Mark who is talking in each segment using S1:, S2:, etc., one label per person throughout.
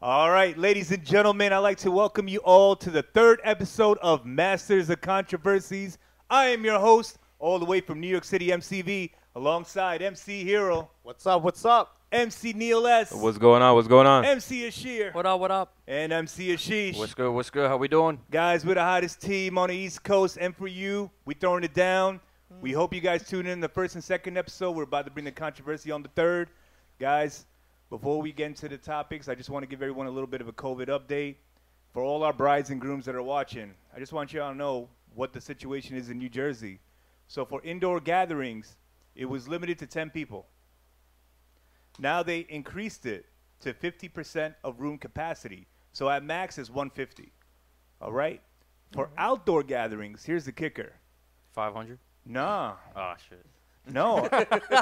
S1: All right, ladies and gentlemen, I'd like to welcome you all to the third episode of Masters of Controversies. I am your host, all the way from New York City MCV, alongside MC Hero,
S2: What's up? What's up?
S1: MC Neil S,
S3: What's going on? What's going on?
S1: MC Ashir,
S4: What up? What up?
S1: and MC Ashish.
S3: What's good? What's good? How we doing?
S1: Guys, we're the hottest team on the East Coast, and for you, we throwing it down. We hope you guys tune in the first and second episode. We're about to bring the controversy on the third. Guys, before we get into the topics, I just want to give everyone a little bit of a COVID update. For all our brides and grooms that are watching, I just want you all to know what the situation is in New Jersey. So for indoor gatherings, it was limited to 10 people. Now they increased it to 50% of room capacity. So at max is 150. All right? For
S4: Mm-hmm.
S1: outdoor gatherings, here's the kicker.
S4: 500?
S1: Nah,
S4: Oh, shit.
S1: no.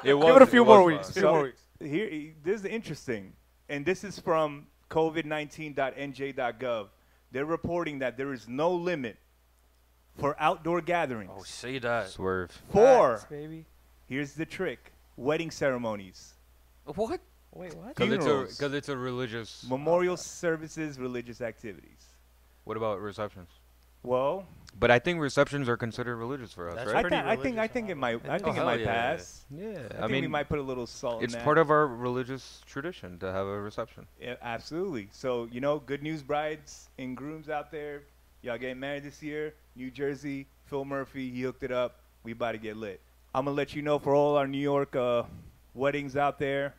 S3: It was,
S2: Give it a few more
S3: was
S2: weeks.
S3: fun.
S2: Few
S1: So,
S2: more weeks.
S1: Here, this is interesting, and this is from COVID19.nj.gov. They're reporting that there is no limit for outdoor gatherings.
S4: Oh, see that.
S3: Swerve.
S1: for
S4: Facts, baby.
S1: here's the trick: wedding ceremonies,
S4: What?
S2: Wait, what?
S3: Because it's, a-
S1: Funerals.
S3: 'cause it's a religious.
S1: memorial services, religious activities.
S3: What about receptions?
S1: Well,
S3: But I think receptions are considered religious for us,
S4: That's
S3: right?
S1: I,
S4: pretty
S1: thi- I think I
S2: religious,
S1: think
S2: huh?
S1: it might. I
S4: think-
S1: think
S4: Oh,
S1: it might
S4: hell yeah.
S1: pass.
S3: Yeah.
S1: I,
S3: I,
S1: think
S3: mean,
S1: we might put a little salt.
S3: it's
S1: in that.
S3: part of our religious tradition to have a reception.
S1: Yeah, absolutely. So you know, good news, brides and grooms out there. Y'all getting married this year? New Jersey. Phil Murphy, he hooked it up. We about to get lit. I'm gonna let you know for all our New York uh, weddings out there,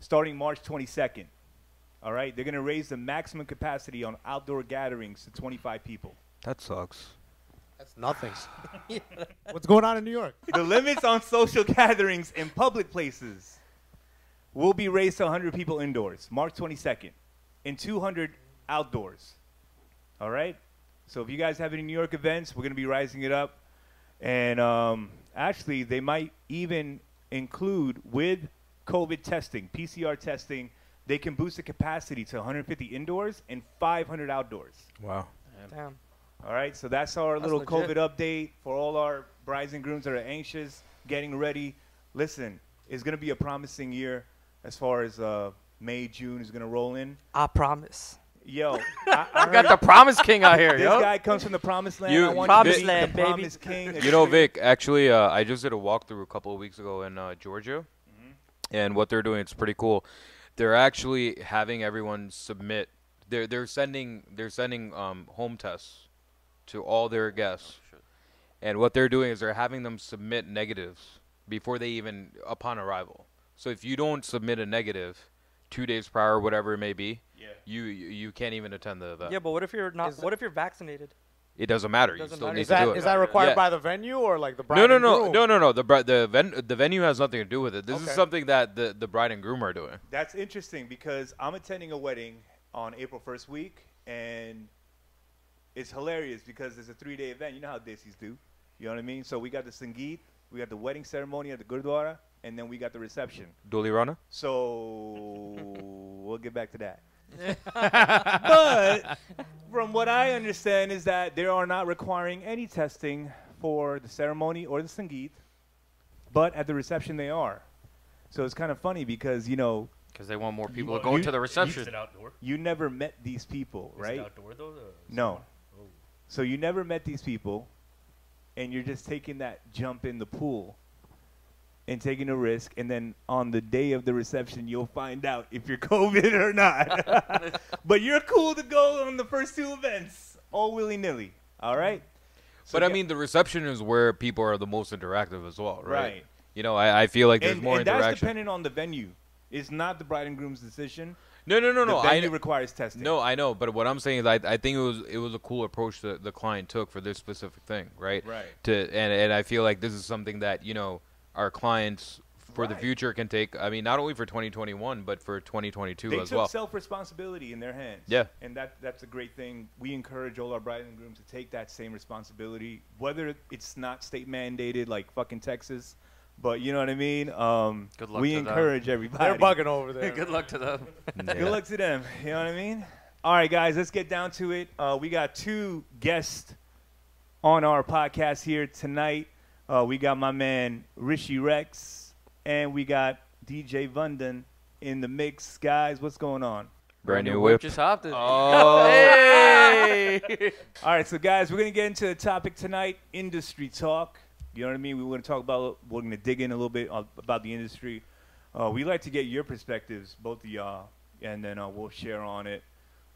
S1: starting March 22nd. All right, they're gonna raise the maximum capacity on outdoor gatherings to 25 people.
S3: That sucks.
S2: That's nothing. What's going on in New York?
S1: the limits on social gatherings in public places will be raised to 100 people indoors, March 22nd, and 200 outdoors. All right? So if you guys have any New York events, we're going to be rising it up. And um, actually, they might even include with COVID testing, PCR testing, they can boost the capacity to 150 indoors and 500 outdoors.
S3: Wow.
S4: Damn.
S1: All right, so that's our
S4: That's
S1: little
S4: legit.
S1: COVID update for all our brides and grooms that are anxious, getting ready. Listen, it's going to be a promising year as far as uh, May, June is going to roll in.
S5: I promise.
S1: Yo, I, I
S4: I got the Promise King out here,
S1: this
S4: yo.
S1: guy comes from the promised land.
S3: You-
S1: I want
S3: Promised
S1: you to meet
S5: land,
S1: the
S5: baby.
S1: promised king.
S3: You know, Vic, actually, uh, I just did a walkthrough a couple of weeks ago in uh, Georgia,
S5: Mm-hmm.
S3: and what they're doing it's pretty cool. They're actually having everyone submit. They're they're sending they're sending um, home tests to all their guests,
S5: Oh,
S3: and what they're doing is they're having them submit negatives before they even upon arrival. So if you don't submit a negative two days prior, whatever it may be,
S1: Yeah.
S3: you you you can't even attend the event.
S5: Yeah, but what if you're not?
S2: Is-
S5: what if you're vaccinated?
S3: It doesn't matter. you
S5: Doesn't
S3: still
S5: matter.
S3: need
S2: Is
S3: to
S2: that
S3: do it.
S2: is that required
S3: Yeah.
S2: by the venue or like the bride?
S3: No, no,
S2: and
S3: no,
S2: groom?
S3: no, no, no. The bri- the ven- the venue has nothing to do with it. This
S2: Okay.
S3: is something that the, the bride and groom are doing.
S1: That's interesting because I'm attending a wedding on April 1st week, and it's hilarious because it's a three day event. You know how Desis do. You know what I mean? So we got the Sangeet, we got the wedding ceremony at the Gurdwara, and then we got the reception.
S3: Duli Rana.
S1: So we'll get back to that. but from what I understand is that they are not requiring any testing for the ceremony or the sangeet, but at the reception they are. So it's kind of funny because you know
S4: Because they want more people to go to the reception.
S6: outdoor?
S1: you never met these people,
S6: Is it
S1: right?
S6: outdoor though? or is it-
S1: No.
S6: Oh.
S1: So you never met these people, and you're just taking that jump in the pool and taking a risk, and then on the day of the reception, you'll find out if you're COVID or not. but you're cool to go on the first two events, all willy nilly. All right.
S6: Mm.
S1: So
S3: but I
S1: yeah,
S3: mean, the reception is where people are the most interactive as well, right?
S1: Right.
S3: You know, I, I feel like there's
S1: and,
S3: more
S1: and that's
S3: interaction.
S1: dependent on the venue. It's not the bride and groom's decision.
S3: no, no, no, no.
S1: the
S3: I
S1: venue requires testing.
S3: no, I know. But what I'm saying is, I, I think it was it was a cool approach that the client took for this specific thing, right?
S1: Right.
S3: To and and I feel like this is something that you know our clients for the
S1: Right.
S3: future can take. I mean, not only for 2021 but for 2022
S1: they
S3: as
S1: took
S3: well.
S1: self responsibility in their hands.
S3: Yeah.
S1: and that that's a great thing. We encourage all our brides and grooms to take that same responsibility, whether it's not state mandated like fucking Texas, but you know what I mean. Um,
S4: Good luck
S1: we
S4: to them.
S1: encourage everybody.
S2: They're bugging over there.
S4: Good luck to them.
S1: Good luck to them. You know what I mean? All right, guys, let's get down to it. Uh, we got two guests on our podcast here tonight. Uh, we got my man Rishi Rex, and we got DJ Vunden in the mix. Guys, what's going on?
S3: Brand new whip.
S4: Just hopped it.
S3: Oh.
S4: Hey.
S1: All right, so guys, we're gonna get into the topic tonight: industry talk. You know what I mean? We're gonna talk about, we're gonna dig in a little bit on- about the industry. Uh, we like to get your perspectives, both of y'all, and then uh, we'll share on it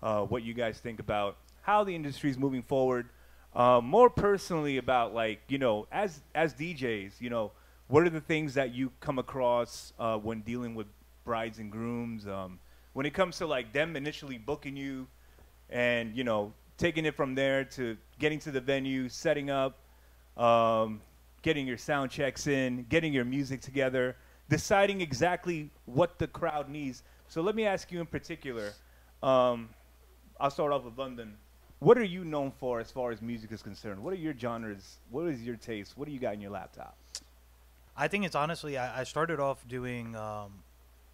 S1: uh, what you guys think about how the industry is moving forward. Uh, more personally, about like you know, as as DJs, you know, what are the things that you come across uh, when dealing with brides and grooms? Um, when it comes to like them initially booking you, and you know taking it from there to getting to the venue setting up um, getting your sound checks in getting your music together deciding exactly what the crowd needs so let me ask you in particular um, i'll start off with london what are you known for as far as music is concerned what are your genres what is your taste what do you got in your laptop
S5: I think it's honestly I, I started off doing um,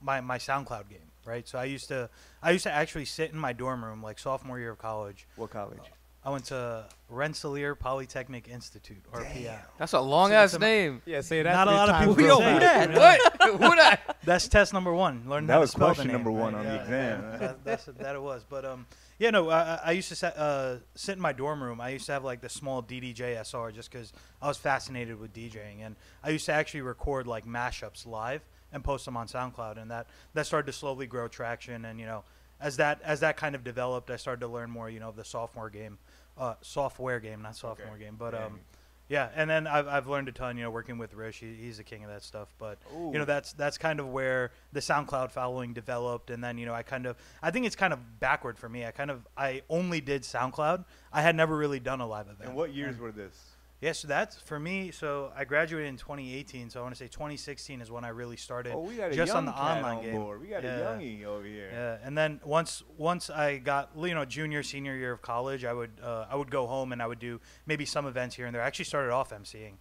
S5: my my SoundCloud game, right? So I used to I used to actually sit in my dorm room like sophomore year of college.
S1: what
S5: Oh,
S1: college
S5: I went to Rensselaer Polytechnic Institute, RPI.
S4: That's a long
S5: It's
S4: ass
S5: a-
S4: name.
S2: Yeah, say that.
S5: Not a
S2: three
S5: lot of
S2: times
S5: people
S2: real
S5: know
S2: fast.
S5: that.
S4: What? Who that?
S5: That's test number one. Learn
S1: That
S5: how
S1: was
S5: to spell the
S1: question
S5: name,
S1: number one
S5: right?
S1: on the
S5: Yeah,
S1: exam,
S5: yeah,
S1: huh?
S5: that, that's that it was. But um, yeah, no, I, I- I used to sit, uh, sit in my dorm room. I used to have like the small DDJ SR just because I was fascinated with DJing, and I used to actually record like mashups live and post them on SoundCloud, and that that started to slowly grow traction. And you know, as that as that kind of developed, I started to learn more, you know, of the sophomore game, uh, software game, not sophomore game, but
S1: Yeah.
S5: um. Yeah, and then I've, I've learned a ton, you know, working with Rish. He, he's the king of that stuff. But you
S1: Ooh.
S5: know, that's that's kind of where the SoundCloud following developed, and then you know, I kind of I think it's kind of backward for me. I kind of I only did SoundCloud. I had never really done a live event.
S1: and what years were this
S5: Yeah, so that's for me. So I graduated in 2018. So I want to say 2016 is when I really started.
S1: oh we got a
S5: just
S1: young
S5: on the
S1: cat
S5: online
S1: on
S5: game.
S1: board. we got
S5: Yeah.
S1: a youngie over here
S5: Yeah, and then once once I got you know junior senior year of college, I would uh, I would go home and I would do maybe some events here and there. I actually started off emceeing,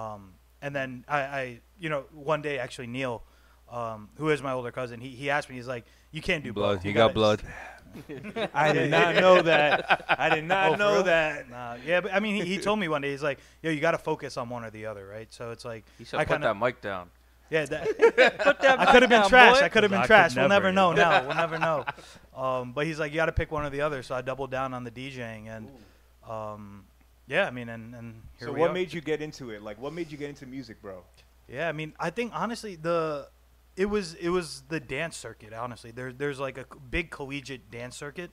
S5: um, and then I, I you know one day actually Neil, um, who is my older cousin, he, he asked me he's like you can't do
S3: Blood.
S5: both.
S3: You got
S5: gotta-
S3: blood.
S1: i did not know that i did not
S5: Oh, for
S1: know
S5: real?
S1: that
S5: Nah, yeah, but I mean he, he told me one day he's like yo you got to focus on one or the other, right? So it's like
S4: He said,
S5: I
S4: put
S5: kinda-
S4: that mic down.
S5: yeah that.
S4: Put that
S5: I could have been trash. I could have
S1: I
S5: been
S1: could
S5: trash. We'll
S1: never,
S5: never know now. We'll never know. Um, but he's like, you got to pick one or the other. So I doubled down on the DJing, and um, yeah, I mean, and, and here
S1: so
S5: we
S1: what
S5: are.
S1: made you get into it? Like, what made you get into music, bro?
S5: Yeah, I mean, I think honestly the it was it was the dance circuit. Honestly, there there's like a c- big collegiate dance circuit.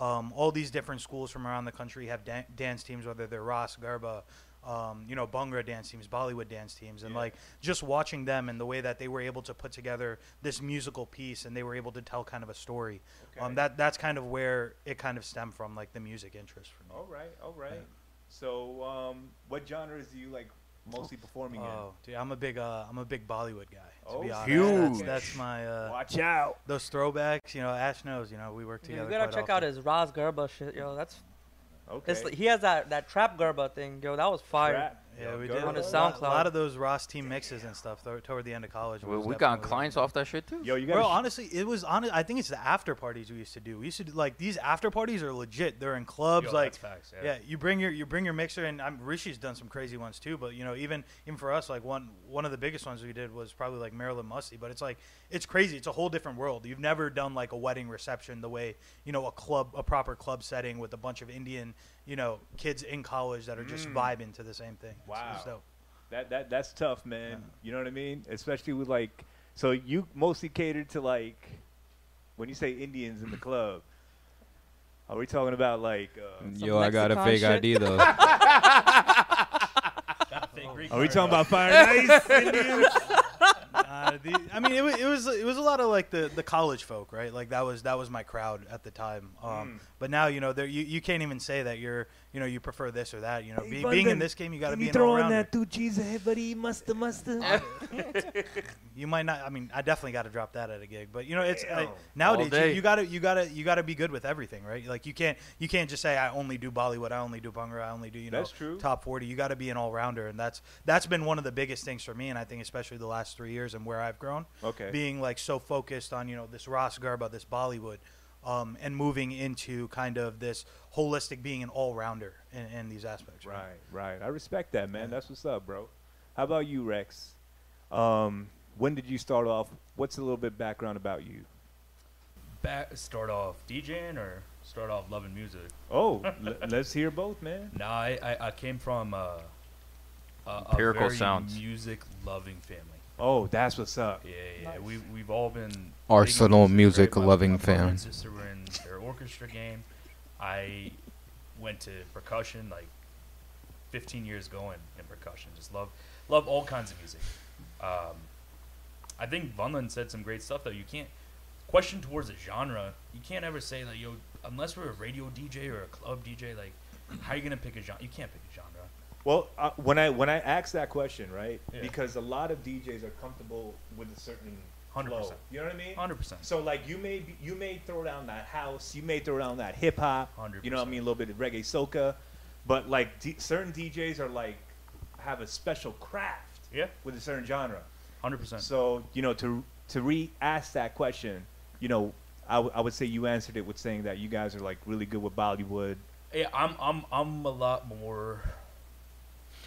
S5: Um, all these different schools from around the country have dan- dance teams, whether they're Ross, Garba, um, you know, Bhangra dance teams, Bollywood dance teams, and
S1: Yeah.
S5: like just watching them and the way that they were able to put together this musical piece and they were able to tell kind of a story.
S1: Okay.
S5: Um, that that's kind of where it kind of stemmed from, like the music interest for me.
S1: All right, all right. So, um, what genres do you like mostly performing
S5: Oh, dude, I'm a big uh, I'm a big Bollywood guy. To
S1: Oh,
S5: be honest,
S1: huge.
S5: That's, that's my uh,
S1: in? Watch out!
S5: those throwbacks, you know, Ash knows, you know, we work
S6: Dude,
S5: together.
S6: you gotta
S5: quite
S6: check out
S5: often.
S6: his Raz Gerba shit, yo. That's
S1: Okay.
S6: it's, he has that, that trap Gerba thing, yo. That was fire.
S1: Crap.
S5: Yeah,
S1: Yo,
S5: we
S1: go
S5: did
S1: to
S6: on his
S5: a
S1: the-
S5: lot-
S6: SoundCloud.
S5: A lot of those Ross team mixes and stuff tho- toward the end of college.
S4: We,
S5: was
S4: we got
S5: definitely-
S4: clients off that shit too.
S1: Yo, you got.
S5: Bro, honestly, it was on. I think it's the after parties we used to do. We used to do, like these after parties are legit. They're in clubs. like, yeah. you bring your you bring your mixer, and I'm, Rishi's done some crazy ones too. But you know, even even for us, like one one of the biggest ones we did was probably like Marilyn Musty. But it's like it's crazy. It's a whole different world. You've never done like a wedding reception the way you know a club a proper club setting with a bunch of Indian you know kids in college that are just vibing to the same thing. It's-
S1: Mm. Wow.
S5: it's dope.
S1: that that that's tough, man. You know what I mean? Especially with like, so you mostly catered to like, when you say Indians in the club, are we talking about like? Uh,
S3: Yo, I got a
S6: Lexicon
S3: fake ID
S6: shit.
S3: though.
S1: are we talking about Fire and Ice Indians?
S5: Uh, the, I mean, it was, it was it was a lot of like the, the college folk, right? Like that was that was my crowd at the time.
S1: Mm.
S5: Um, But now you know, there you, you can't even say that you're you know you prefer this or that. You know,
S1: Hey,
S5: be,
S1: Brendan,
S5: being in this game, you got to
S1: Can
S5: be
S1: you
S5: an all
S1: throw in
S5: rounder.
S1: that two cheese ahead, buddy? Mustard, mustard.
S5: You might not. I mean, I definitely got to drop that at a gig. But you know, it's
S1: Damn.
S5: like, nowadays you,
S4: day.
S5: you gotta you gotta you gotta be good with everything, right? Like you can't you can't just say I only do Bollywood, I only do Bhangra, I only do you know
S1: That's true.
S5: top forty. You got to be an all rounder, and that's that's been one of the biggest things for me, and I think especially the last three years and where I've grown.
S1: Okay.
S5: being like so focused on you know this Ross Garba, this Bollywood, um, and moving into kind of this holistic being an all rounder in, in these aspects.
S1: Right, right. I respect that, man. That's what's up, bro. How about you, Rex? Um, when did you start off? What's a little bit background about you?
S7: back, start off DJing or start off loving music?
S1: Oh, l- let's hear both, man.
S7: No, I, I, I came from uh, a, a
S3: Empirical
S7: very
S3: sounds.
S7: music-loving family.
S1: Oh, that's what's up.
S7: Yeah, yeah, yeah. we we've all been big into
S3: Arsenal
S7: music, right? My-
S3: music-loving
S7: my brother and
S3: fans.
S7: Sister were in their orchestra game. I went to percussion like 15 years ago in, in percussion. Just love love all kinds of music. Um, I think Vunland said some great stuff though. You can't question towards a genre. You can't ever say like yo unless we're a radio DJ or a club DJ. Like how are you gonna pick a genre? You can't pick a genre.
S1: Well, uh, when I when I asked that question, right?
S7: Yeah.
S1: Because a lot of DJs are comfortable with a certain
S7: 100%.
S1: flow. You know what I mean?
S7: 100. percent
S1: So like you may be, you may throw down that house, you may throw down that hip hop, you know what I
S7: 100%.
S1: mean, a little bit of reggae soca, but like d- certain DJs are like have a special craft
S7: Yeah,
S1: with a certain genre.
S7: 100. percent
S1: So you know to to re-ask that question, you know, I, w- I would say you answered it with saying that you guys are like really good with Bollywood.
S7: Yeah, I'm I'm I'm a lot more.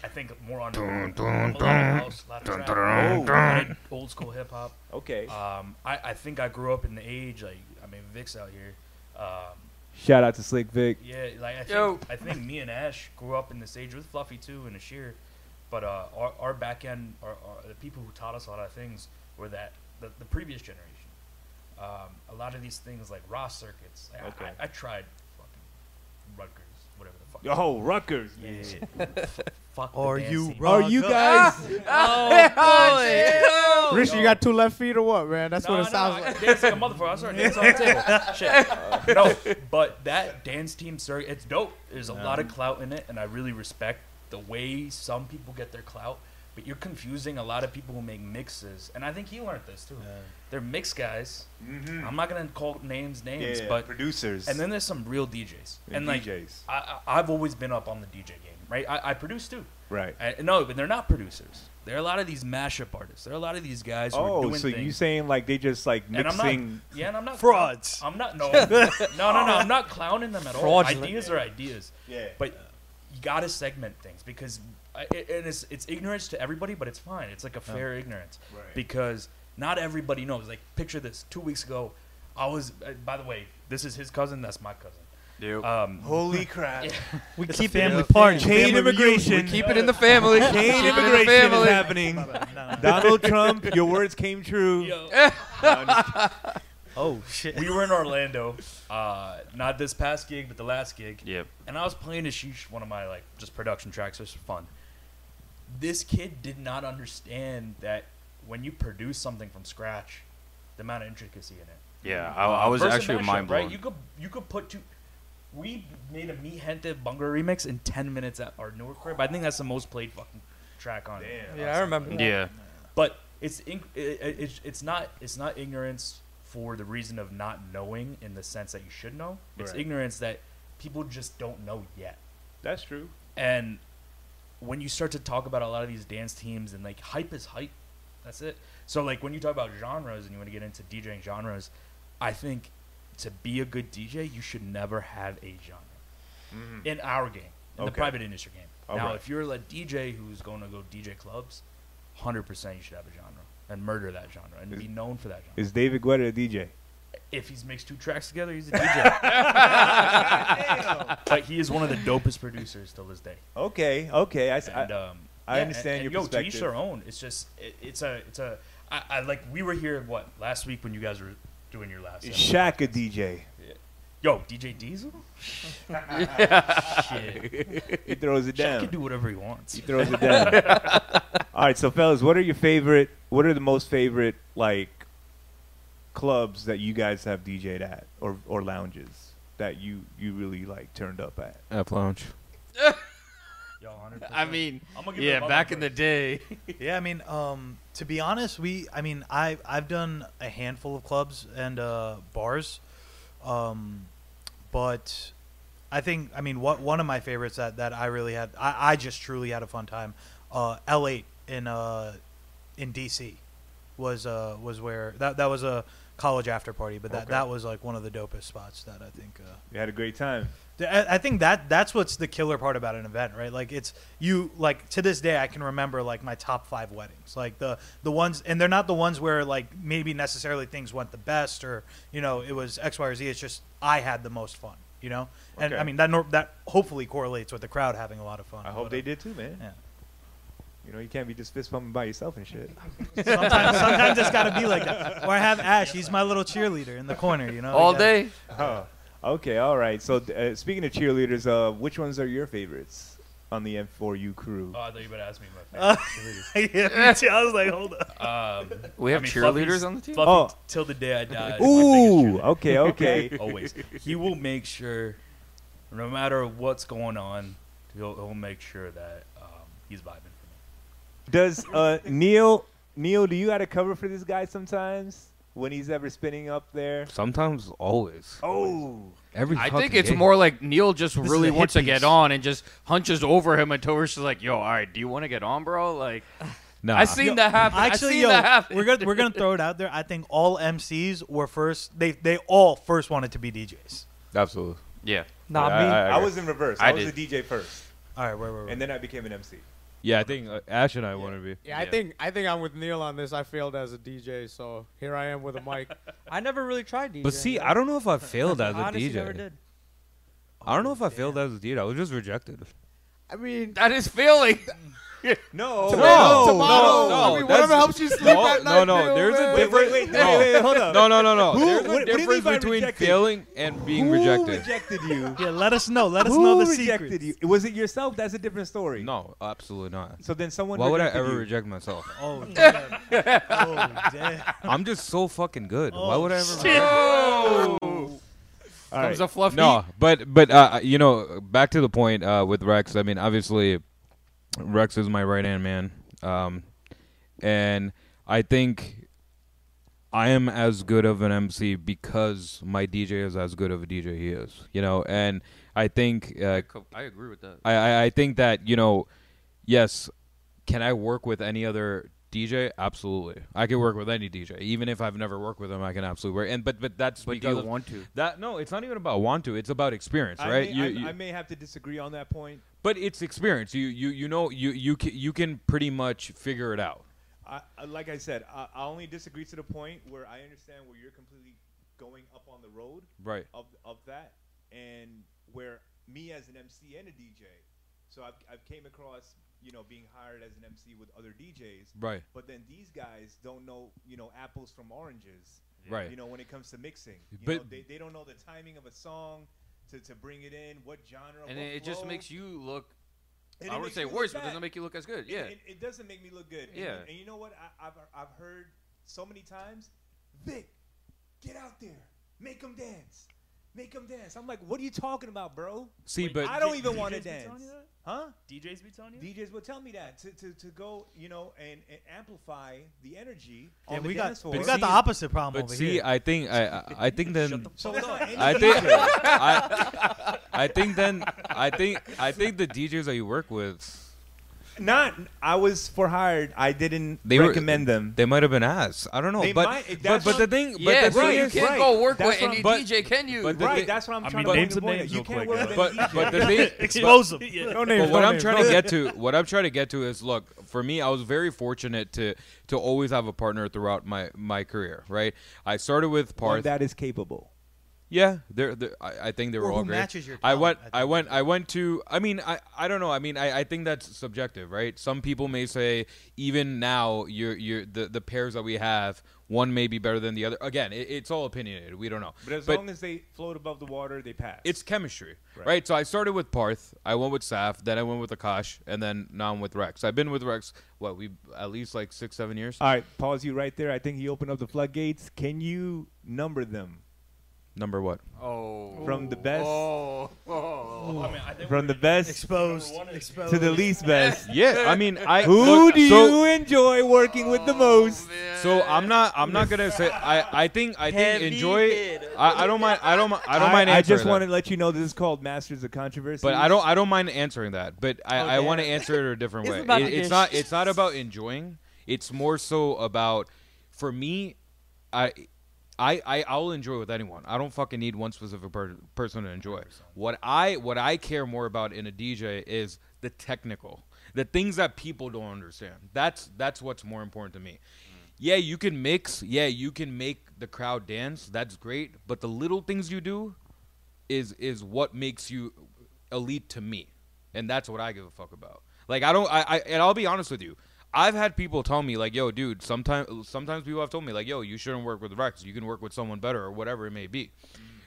S7: I think more on
S3: Dun,
S7: a lot
S3: dun,
S7: of
S3: dun.
S7: house, a lot of
S3: Dun,
S7: trap,
S3: dun,
S7: old-
S3: dun.
S7: old school hip hop.
S1: Okay,
S7: Um, I, I think I grew up in the age like I mean Vic's out here. Um,
S1: shout out to Slick Vic.
S7: yeah, like I think
S4: Yo.
S7: I think me and Ash grew up in this age with Fluffy too and Ashir, but uh, our our back end, our, our, the people who taught us a lot of things were that the, the previous generation. Um, a lot of these things like raw circuits. I,
S1: Okay.
S7: I, I tried fucking Rutgers, whatever the fuck.
S1: Oh, Rutgers.
S7: Yeah. Fuck. the
S5: Are
S7: band
S5: you
S7: scene.
S5: wrong?
S2: guys?
S4: Oh,
S2: Rich, you got two left feet or what, man? That's
S7: No,
S2: what it
S7: no,
S2: sounds
S7: I
S2: like.
S7: Dance like a motherfucker. I started dancing on the table. Shit. No, but that dance team, sir, it's dope. There's a lot of clout in it, and I really respect the way some people get their clout. But you're confusing a lot of people who make mixes, and I think he learned this too. They're mix guys.
S1: Mm-hmm.
S7: I'm not gonna call names names,
S1: Yeah,
S7: but
S1: producers
S7: and then there's some real DJs, and like
S1: DJs,
S7: I, I- I've always been up on the DJ game, right? I, I produce too.
S1: right?
S7: I, no, but they're not producers. There are a lot of these mashup artists. There are a lot of these guys who are
S1: Oh,
S7: doing
S1: so
S7: things.
S1: you saying like they just like
S7: And I'm
S1: mixing?
S7: not- yeah, and I'm not
S5: Frauds.
S7: I'm not no, no, no, no. I'm not clowning them at all.
S4: Fraudulent.
S7: Ideas are ideas,
S1: yeah.
S7: but you gotta segment things because I, it, and it's it's ignorance to everybody, but it's fine. It's like a fair ignorance
S1: Right.
S7: because not everybody knows. Like picture this: two weeks ago, I was. Uh, by the way, this is his cousin. That's my cousin. Um,
S1: Holy crap!
S5: We
S7: It's a
S5: keep
S7: family
S5: family party.
S1: Chain
S5: family
S1: immigration.
S5: reunion.
S4: keep it in the family. keep
S1: Chain
S4: it in the
S1: immigration is
S4: family.
S1: happening.
S5: No, no.
S1: Donald Trump, your words came true.
S7: yo,
S5: Oh shit.
S7: we were in Orlando, uh, not this past gig, but the last gig.
S3: Yep.
S7: and I was playing Ashish, one of my like just production tracks just for fun. This kid did not understand that when you produce something from scratch, the amount of intricacy in it.
S3: Yeah, I, I was
S7: Versus
S3: actually
S7: mashup,
S3: mind blown.
S7: Right? You could you could put two. We made a Mi Gente Bunga remix in ten minutes at our newer crib. I think that's the most played fucking track on.
S1: Damn.
S6: Yeah, I remember. that.
S3: yeah,
S7: But it's in, it, it, it's- it's not it's not ignorance for the reason of not knowing in the sense that you should know. It's
S1: Right.
S7: ignorance that people just don't know yet.
S1: That's true.
S7: And when you start to talk about a lot of these dance teams and like hype is hype, that's it. So like when you talk about genres and you want to get into DJing genres, I think to be a good DJ, you should never have a genre in our game, in the
S1: Mm-hmm. Okay.
S7: private industry game.
S1: All
S7: now,
S1: right.
S7: if you're a DJ who's going to go DJ clubs, hundred percent you should have a genre and murder that genre and be known for that genre.
S1: Is David Guetta a DJ?
S7: If he's mixed two tracks together, he's a DJ. but he is one of the dopest producers till this day.
S1: Okay, okay. I, s- I-
S7: And, um,
S1: I understand your
S7: and, and, yo,
S1: perspective.
S7: to each their own. It's just it, it's a it's a I, I like we were here what last week when you guys were doing your last.
S1: is
S7: episode.
S1: Shaq a DJ?
S7: Yo, DJ Diesel. Shit,
S1: He throws it
S7: Shaq can
S1: down.
S7: do whatever he wants.
S1: He throws it down. All right, so fellas, what are your favorite? What are the most favorite like clubs that you guys have DJ'd at, or or lounges that you you really like turned up at?
S3: F lounge.
S7: Yo, 100%.
S4: I mean,
S7: I'm gonna give
S4: yeah, back in the day.
S5: Yeah, I mean, um, to be honest, we, I mean, I, I've done a handful of clubs and uh, bars, um, but I think, I mean, what one of my favorites that, that I really had, I, I just truly had a fun time. Uh, L8 in uh, in DC was uh, was where that that was a college after party, but that,
S3: Okay.
S5: that was like one of the dopest spots that I think. Uh,
S1: You had a great time.
S5: Th- I I think that that's what's the killer part about an event, right? Like it's you like to this day I can remember like my top 5 weddings. Like the the ones and they're not the ones where like maybe necessarily things went the best or you know, it was X Y or Z, it's just I had the most fun, you know? And I
S1: Okay.
S5: mean that nor- that hopefully correlates with the crowd having a lot of fun.
S1: I hope
S5: But, uh,
S1: they did too, man.
S5: Yeah.
S1: You know, you can't be just fist pumping by yourself and shit.
S5: Sometimes, sometimes it's got to be like that. Or I have Ash, he's my little cheerleader in the corner, you know?
S4: All
S5: Yeah.
S4: day.
S1: Oh, okay, all right. So, uh, speaking of cheerleaders, uh, which ones are your favorites on the M4U crew?
S7: Oh, I thought you were about to ask me my favorite
S5: yeah, me too. I was like, hold up.
S7: cheerleaders. Um,
S4: We have
S7: I mean,
S4: cheerleaders
S7: Fluffy's-
S4: on the team.
S7: Fluffy,
S1: Oh.
S7: t- till the day I die. is my
S1: Ooh,
S7: biggest cheerleader.
S1: okay, okay.
S7: Always. He will make sure, no matter what's going on, he'll, he'll make sure that um, he's vibing for me.
S1: Does uh, Neil, Neil, do you got to cover for this guy sometimes when he's ever spinning up there?
S3: Sometimes, always.
S1: Oh,
S3: Every.
S4: I
S3: fucking
S4: think it's
S3: game.
S4: more like Neil just
S5: is
S4: really
S5: a
S4: wants to
S5: hit
S4: get
S5: piece.
S4: on and just hunches over him until we're just like, yo, all right, do you want to get on, bro? Like,
S3: Nah.
S4: I seen that happen. I
S5: Actually,
S4: seen
S5: yo,
S4: that happen.
S5: we're gonna we're gonna throw it out there. I think all MCs were first. They they all first wanted to be DJs.
S3: Absolutely.
S4: yeah.
S6: Not
S3: Yeah,
S6: me.
S1: I
S3: I-
S1: was in reverse. I,
S4: I
S1: was
S4: did.
S1: the DJ first,
S5: All right, where were we?
S1: and then I became an MC.
S3: Yeah, I think uh, Ash and I want to be.
S2: Yeah, I
S4: Yeah.
S2: think I think I'm with Neil on this. I failed as a DJ, so here I am with a mic.
S6: I never really tried DJ.
S3: But see, I don't know if I failed as a
S6: honestly
S3: DJ.
S6: never did.
S3: I don't know if I failed as a DJ. I was just rejected.
S2: I mean,
S4: That is failing.
S1: No,
S2: tomato,
S3: no,
S2: tomato.
S3: no,
S2: I mean,
S3: that's-
S2: whatever helps you sleep
S3: no,
S2: at
S3: no,
S2: night.
S3: no,
S2: Neil,
S3: there's a
S2: man.
S1: Wait, wait, wait,
S3: No.
S1: wait, wait, hold up.
S3: No, no, no, no.
S1: Who-
S3: There's
S1: what- what
S3: a
S1: do you mean
S3: difference
S1: by
S3: between
S1: rejected?
S3: failing and being
S1: Who
S3: rejected.
S1: rejected you?
S5: yeah, let us know. Let us
S1: Who
S5: know the
S1: rejected
S5: secret.
S1: you? Was it yourself? That's a different story.
S3: No, absolutely not.
S1: So then someone.
S3: Why would I
S1: rejected
S3: ever
S1: you.
S3: reject myself?
S5: Oh damn! oh damn!
S3: I'm just so fucking good. Why
S5: Oh,
S3: would I ever?
S1: All
S4: Comes a fluffy.
S3: No, but but uh, you know, back to the point uh, with Rex. I mean, obviously, Rex is my right hand man, um, and I think I am as good of an MC because my DJ is as good of a DJ he is. You know, and I think uh,
S4: I agree with that.
S3: I, I I think that you know, yes, can I work with any other DJ? Absolutely, I can work with any DJ, even if I've never worked with them. I can absolutely work. And but but that's
S4: But do
S3: because
S4: you
S3: of-
S4: want to?
S3: that no, it's not even about want to. It's about experience,
S1: I
S3: right?
S1: may-
S3: you,
S1: I-
S3: you-
S1: I may have to disagree on that point.
S3: but it's experience. You you you know you you can, you can pretty much figure it out.
S1: I, I- like I said, I, I only disagree to the point where I understand where you're completely going up on the road
S3: Right.
S1: of, of that, and where me as an MC and a DJ, so I've, I've came across you know being hired as an MC with other DJs,
S3: Right.
S1: but then these guys don't know you know apples from oranges,
S3: Right.
S1: You know when it comes to mixing, you
S3: But-
S1: know, they they don't know the timing of a song. To, to bring it in, what genre?
S4: And
S1: what
S4: it just
S1: flow.
S4: makes you look.
S1: And it
S4: I would
S1: makes
S4: say
S1: you look
S4: worse, but
S1: bad.
S4: doesn't make you look as good.
S1: It-
S4: Yeah.
S1: It, it doesn't make me look good. And-
S4: Yeah.
S1: And, you know what? I, I've I've heard so many times, Vic, get out there, make them dance, make them dance. I'm like, what are you talking about, bro?
S3: See,
S7: Wait,
S3: but
S1: I don't
S7: D-
S1: even
S7: DJs
S1: want to
S7: be telling
S1: dance,
S7: you that?
S1: huh?
S7: DJs be telling you? that?
S1: DJs will tell me that to, to, to go, you know, and, and amplify the energy
S5: Yeah,
S1: on the
S5: we got
S1: dance floor.
S5: we got the
S3: see-
S5: opposite problem
S3: but
S5: over
S3: see,
S5: here.
S3: I think I I- I think then
S1: so no, any
S3: I think
S1: DJ
S3: I I think then I think I think the DJs that you work with
S1: not I was for hired. I didn't
S3: They were-
S1: recommend them.
S3: They might have been ass. I don't know.
S1: They
S3: but,
S1: might-
S3: but
S1: that's
S3: but the
S1: what-
S3: thing, but
S4: yeah,
S3: the
S4: bro,
S3: thing
S4: you
S3: is,
S4: can't
S1: right.
S4: go work
S1: That's
S4: with
S1: what I'm-
S4: any
S3: but-
S4: DJ, can you?
S3: but the
S1: right,
S3: thing-
S1: that's E what I'm
S7: I
S1: trying
S7: mean,
S1: to
S7: name
S1: point
S7: some
S1: point out.
S7: names
S1: You
S7: real
S1: can't
S7: quick,
S1: work
S7: guys.
S1: with
S3: but
S1: any DJ.
S3: but the thing,
S5: Expose them.
S2: No
S3: but
S2: names.
S3: what
S2: no
S3: I'm
S2: names.
S3: trying to get to, what I'm trying to get to is, look, for me, I was very fortunate to to always have a partner throughout my my career. Right, I started with
S1: One
S3: Parth.
S1: that is capable.
S3: Yeah, they're, they're I, I think they were
S5: Or
S3: all
S5: who
S3: great.
S5: matches your
S3: I
S5: talent,
S3: went,
S5: I think
S3: I, went, I went to. I mean, I, I don't know. I mean, I, I think that's subjective, right? Some people may say even now, you're, you're the the pairs that we have, one may be better than the other. Again, it, it's all opinionated. We don't know.
S1: But as long as they float above the water, they pass.
S3: it's chemistry,
S1: Right.
S3: right. So I started with Parth, I went with Saf, then I went with Akash, and then now I'm with Rex. I've been with Rex what we at least like six, seven years.
S1: all right. Pause you right there. I think he opened up the floodgates. Can you number them
S3: Number what?
S4: oh.
S1: from the best,
S4: Oh. oh.
S7: I mean, I think
S1: from the best
S5: Exposed.
S7: Number one is-
S5: Exposed.
S1: to the least best?
S3: Yeah, I mean, I
S1: Who
S3: look,
S1: do
S3: so-
S1: you enjoy working with the most?
S3: So I'm not. I'm not gonna say. I. I think. I think.
S6: Heavy
S3: Enjoy.
S6: hitter.
S3: I, I. don't mind. I don't. mi- I don't mind
S1: I
S3: answering.
S1: just
S3: that.
S1: want to let you know this is called Masters of Controversy.
S3: But I don't. I don't mind answering that. But I.
S6: Oh,
S3: I want to
S6: damn.
S3: answer it a different
S6: It's
S3: way.
S6: about
S3: It-
S6: the
S3: it's
S6: dish.
S3: not. It's not about enjoying. It's more so about. For me, I. I, I I'll enjoy with anyone. I don't fucking need one specific per- person to enjoy. What I what I care more about in a DJ is the technical, the things that people don't understand. That's that's what's more important to me.
S6: Mm.
S3: Yeah, you can mix. Yeah, you can make the crowd dance. That's great. But the little things you do is is what makes you elite to me, and that's what I give a fuck about. Like I don't, I, I and I'll be honest with you, I've had people tell me like, "Yo, dude," sometimes sometimes people have told me like, "Yo, you shouldn't work with Rex. You can work with someone better or whatever it may be."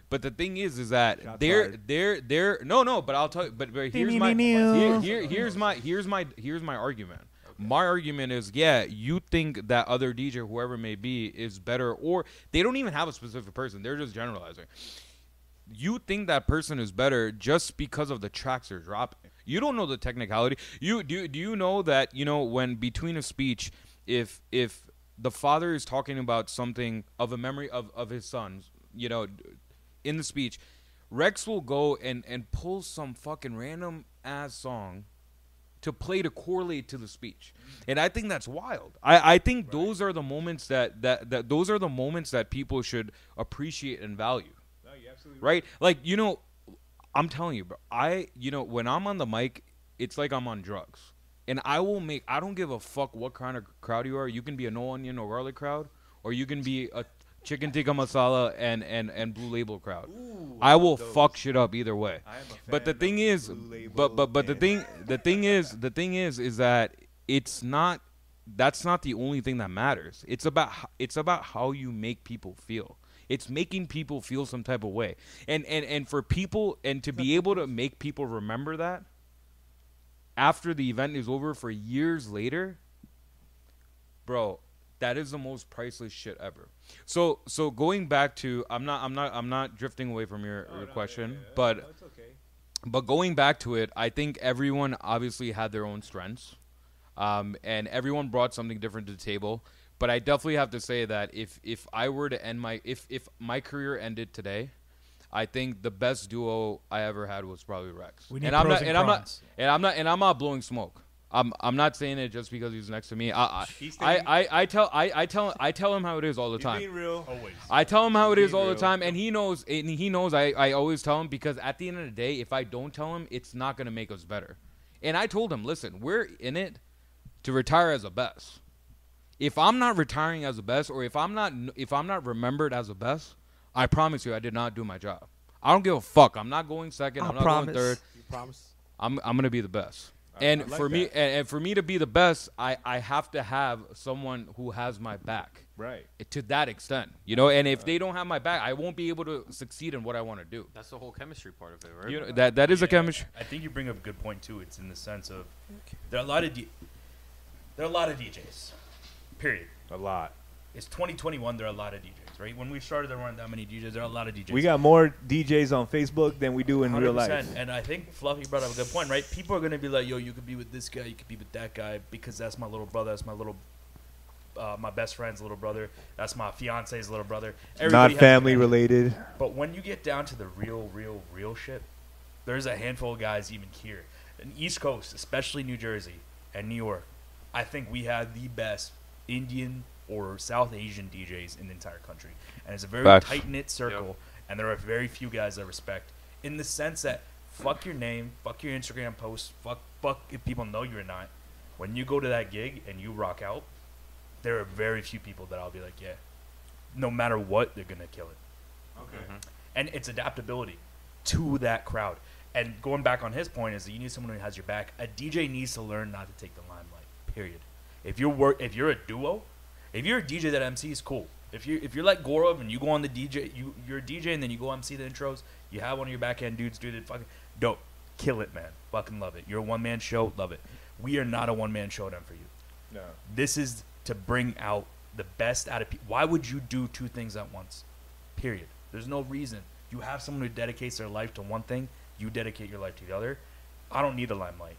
S3: But the thing is, is that
S1: Shots
S3: they're
S1: fired.
S3: they're they're no no. But I'll tell you. But, but here's my here, here- here's my here's my here's my argument. My argument is, yeah, you think that other DJ, whoever it may be, is better, or they don't even have a specific person. They're just generalizing you think that person is better just because of the tracks they're dropping. You don't know the technicality. You do do you know that, you know, when between a speech, if if the father is talking about something of a memory of, of his son, you know, in the speech, Rex will go and, and pull some fucking random ass song to play to correlate to the speech. And I think that's wild. I, I think those are the moments that, that, that those are the moments that people should appreciate and value
S1: No, you absolutely
S3: right? Like you know, I'm telling you, bro. I you know when I'm on the mic, it's like I'm on drugs, and I will make. I don't give a fuck what kind of crowd you are. You can be a no onion or garlic crowd, or you can be a chicken tikka masala and and and blue label crowd. I will fuck shit up either way.
S1: I am a
S3: But the
S1: fan
S3: thing
S1: of
S3: is,
S1: Blue Label
S3: but but but the
S1: and-
S3: thing the thing is the thing is is that it's not that's not the only thing that matters. It's about h- it's about how you make people feel. It's making people feel some type of way. And and and for people and to be able to make people remember that after the event is over for years later, bro, that is the most priceless shit ever. So so going back to I'm not I'm not I'm not drifting away from
S1: Oh,
S3: your, your question, but
S1: No, it's okay.
S3: but going back to it, I think everyone obviously had their own strengths, um, and everyone brought something different to the table. But I definitely have to say that if if I were to end my if if my career ended today, I think the best duo I ever had was probably Rex.
S5: We need
S3: and I'm not
S5: pros and
S3: and I'm not
S5: cons.
S3: and I'm not and I'm not blowing smoke. I'm I'm not saying it just because he's next to me. I I,
S1: He's
S3: I,
S1: thinking-
S3: I, I tell I, I tell I tell him how it is all the
S1: He's
S3: time.
S1: being real.
S7: Always.
S3: I tell him how it
S1: Be
S3: is all the
S1: real.
S3: time, and he knows. And he knows. I, I always tell him because at the end of the day, if I don't tell him, it's not gonna make us better. And I told him, listen, we're in it to retire as a best. If I'm not retiring as a best, or if I'm not if I'm not remembered as a best, I promise you, I did not do my job. I don't give a fuck. I'm not going second.
S6: I
S3: I'm not
S6: promise.
S3: going third.
S2: You promise?
S3: I'm I'm gonna be the best. And
S1: I like
S3: for me, and,
S1: that.
S3: and for me to be the best, I, I have to have someone who has my back
S1: Right.
S3: to that extent, you know. And if they don't have my back, I won't be able to succeed in what I want to do.
S4: That's the whole chemistry part of it, right?
S3: You know, that that is a
S7: Yeah,
S3: chemistry.
S7: I think you bring up a good point too. It's in the sense of there are a lot of D- there are a lot of DJs. Period.
S1: A lot.
S7: It's 2021. There are a lot of DJs, right? When we started, there weren't that many DJs. There are a lot of DJs.
S1: We got more DJs on Facebook than we do in real life.
S7: 100%. And I think Fluffy brought up a good point, right? People are going to be like, yo, you could be with this guy, you could be with that guy, because that's my little brother, that's my little, uh, my best friend's little brother, that's my fiance's little brother. Everybody
S1: Not
S7: has a
S1: family
S7: connection.
S1: related.
S7: But when you get down to the real, real, real shit, there's a handful of guys even here. In East Coast, especially New Jersey and New York, I think we have the best Indian or South Asian DJs in the entire country. And it's a very
S3: Facts.
S7: tight knit circle, and there are very few guys I respect in the sense that fuck your name, fuck your Instagram posts, fuck, fuck if people know you or not. When you go to that gig and you rock out, there are very few people that I'll be like, yeah, no matter what, they're going to kill it and it's adaptability to that crowd. And going back on his point is that you need someone who has your back. A DJ needs to learn not to take the limelight. Period. If you're work, if you're a duo, if you're a DJ that MCs, cool. If you if you're like Gorov and you go on the DJ, you you're a DJ and then you go MC the intros. You have one of your back end dudes do the fucking dope, kill it, man. Fucking love it. You're a one man show, love it. We are not a one man show done for you
S1: No.
S7: this is to bring out the best out of people. Why would you do two things at once? Period. There's no reason. You have someone who dedicates their life to one thing, you dedicate your life to the other. I don't need the limelight.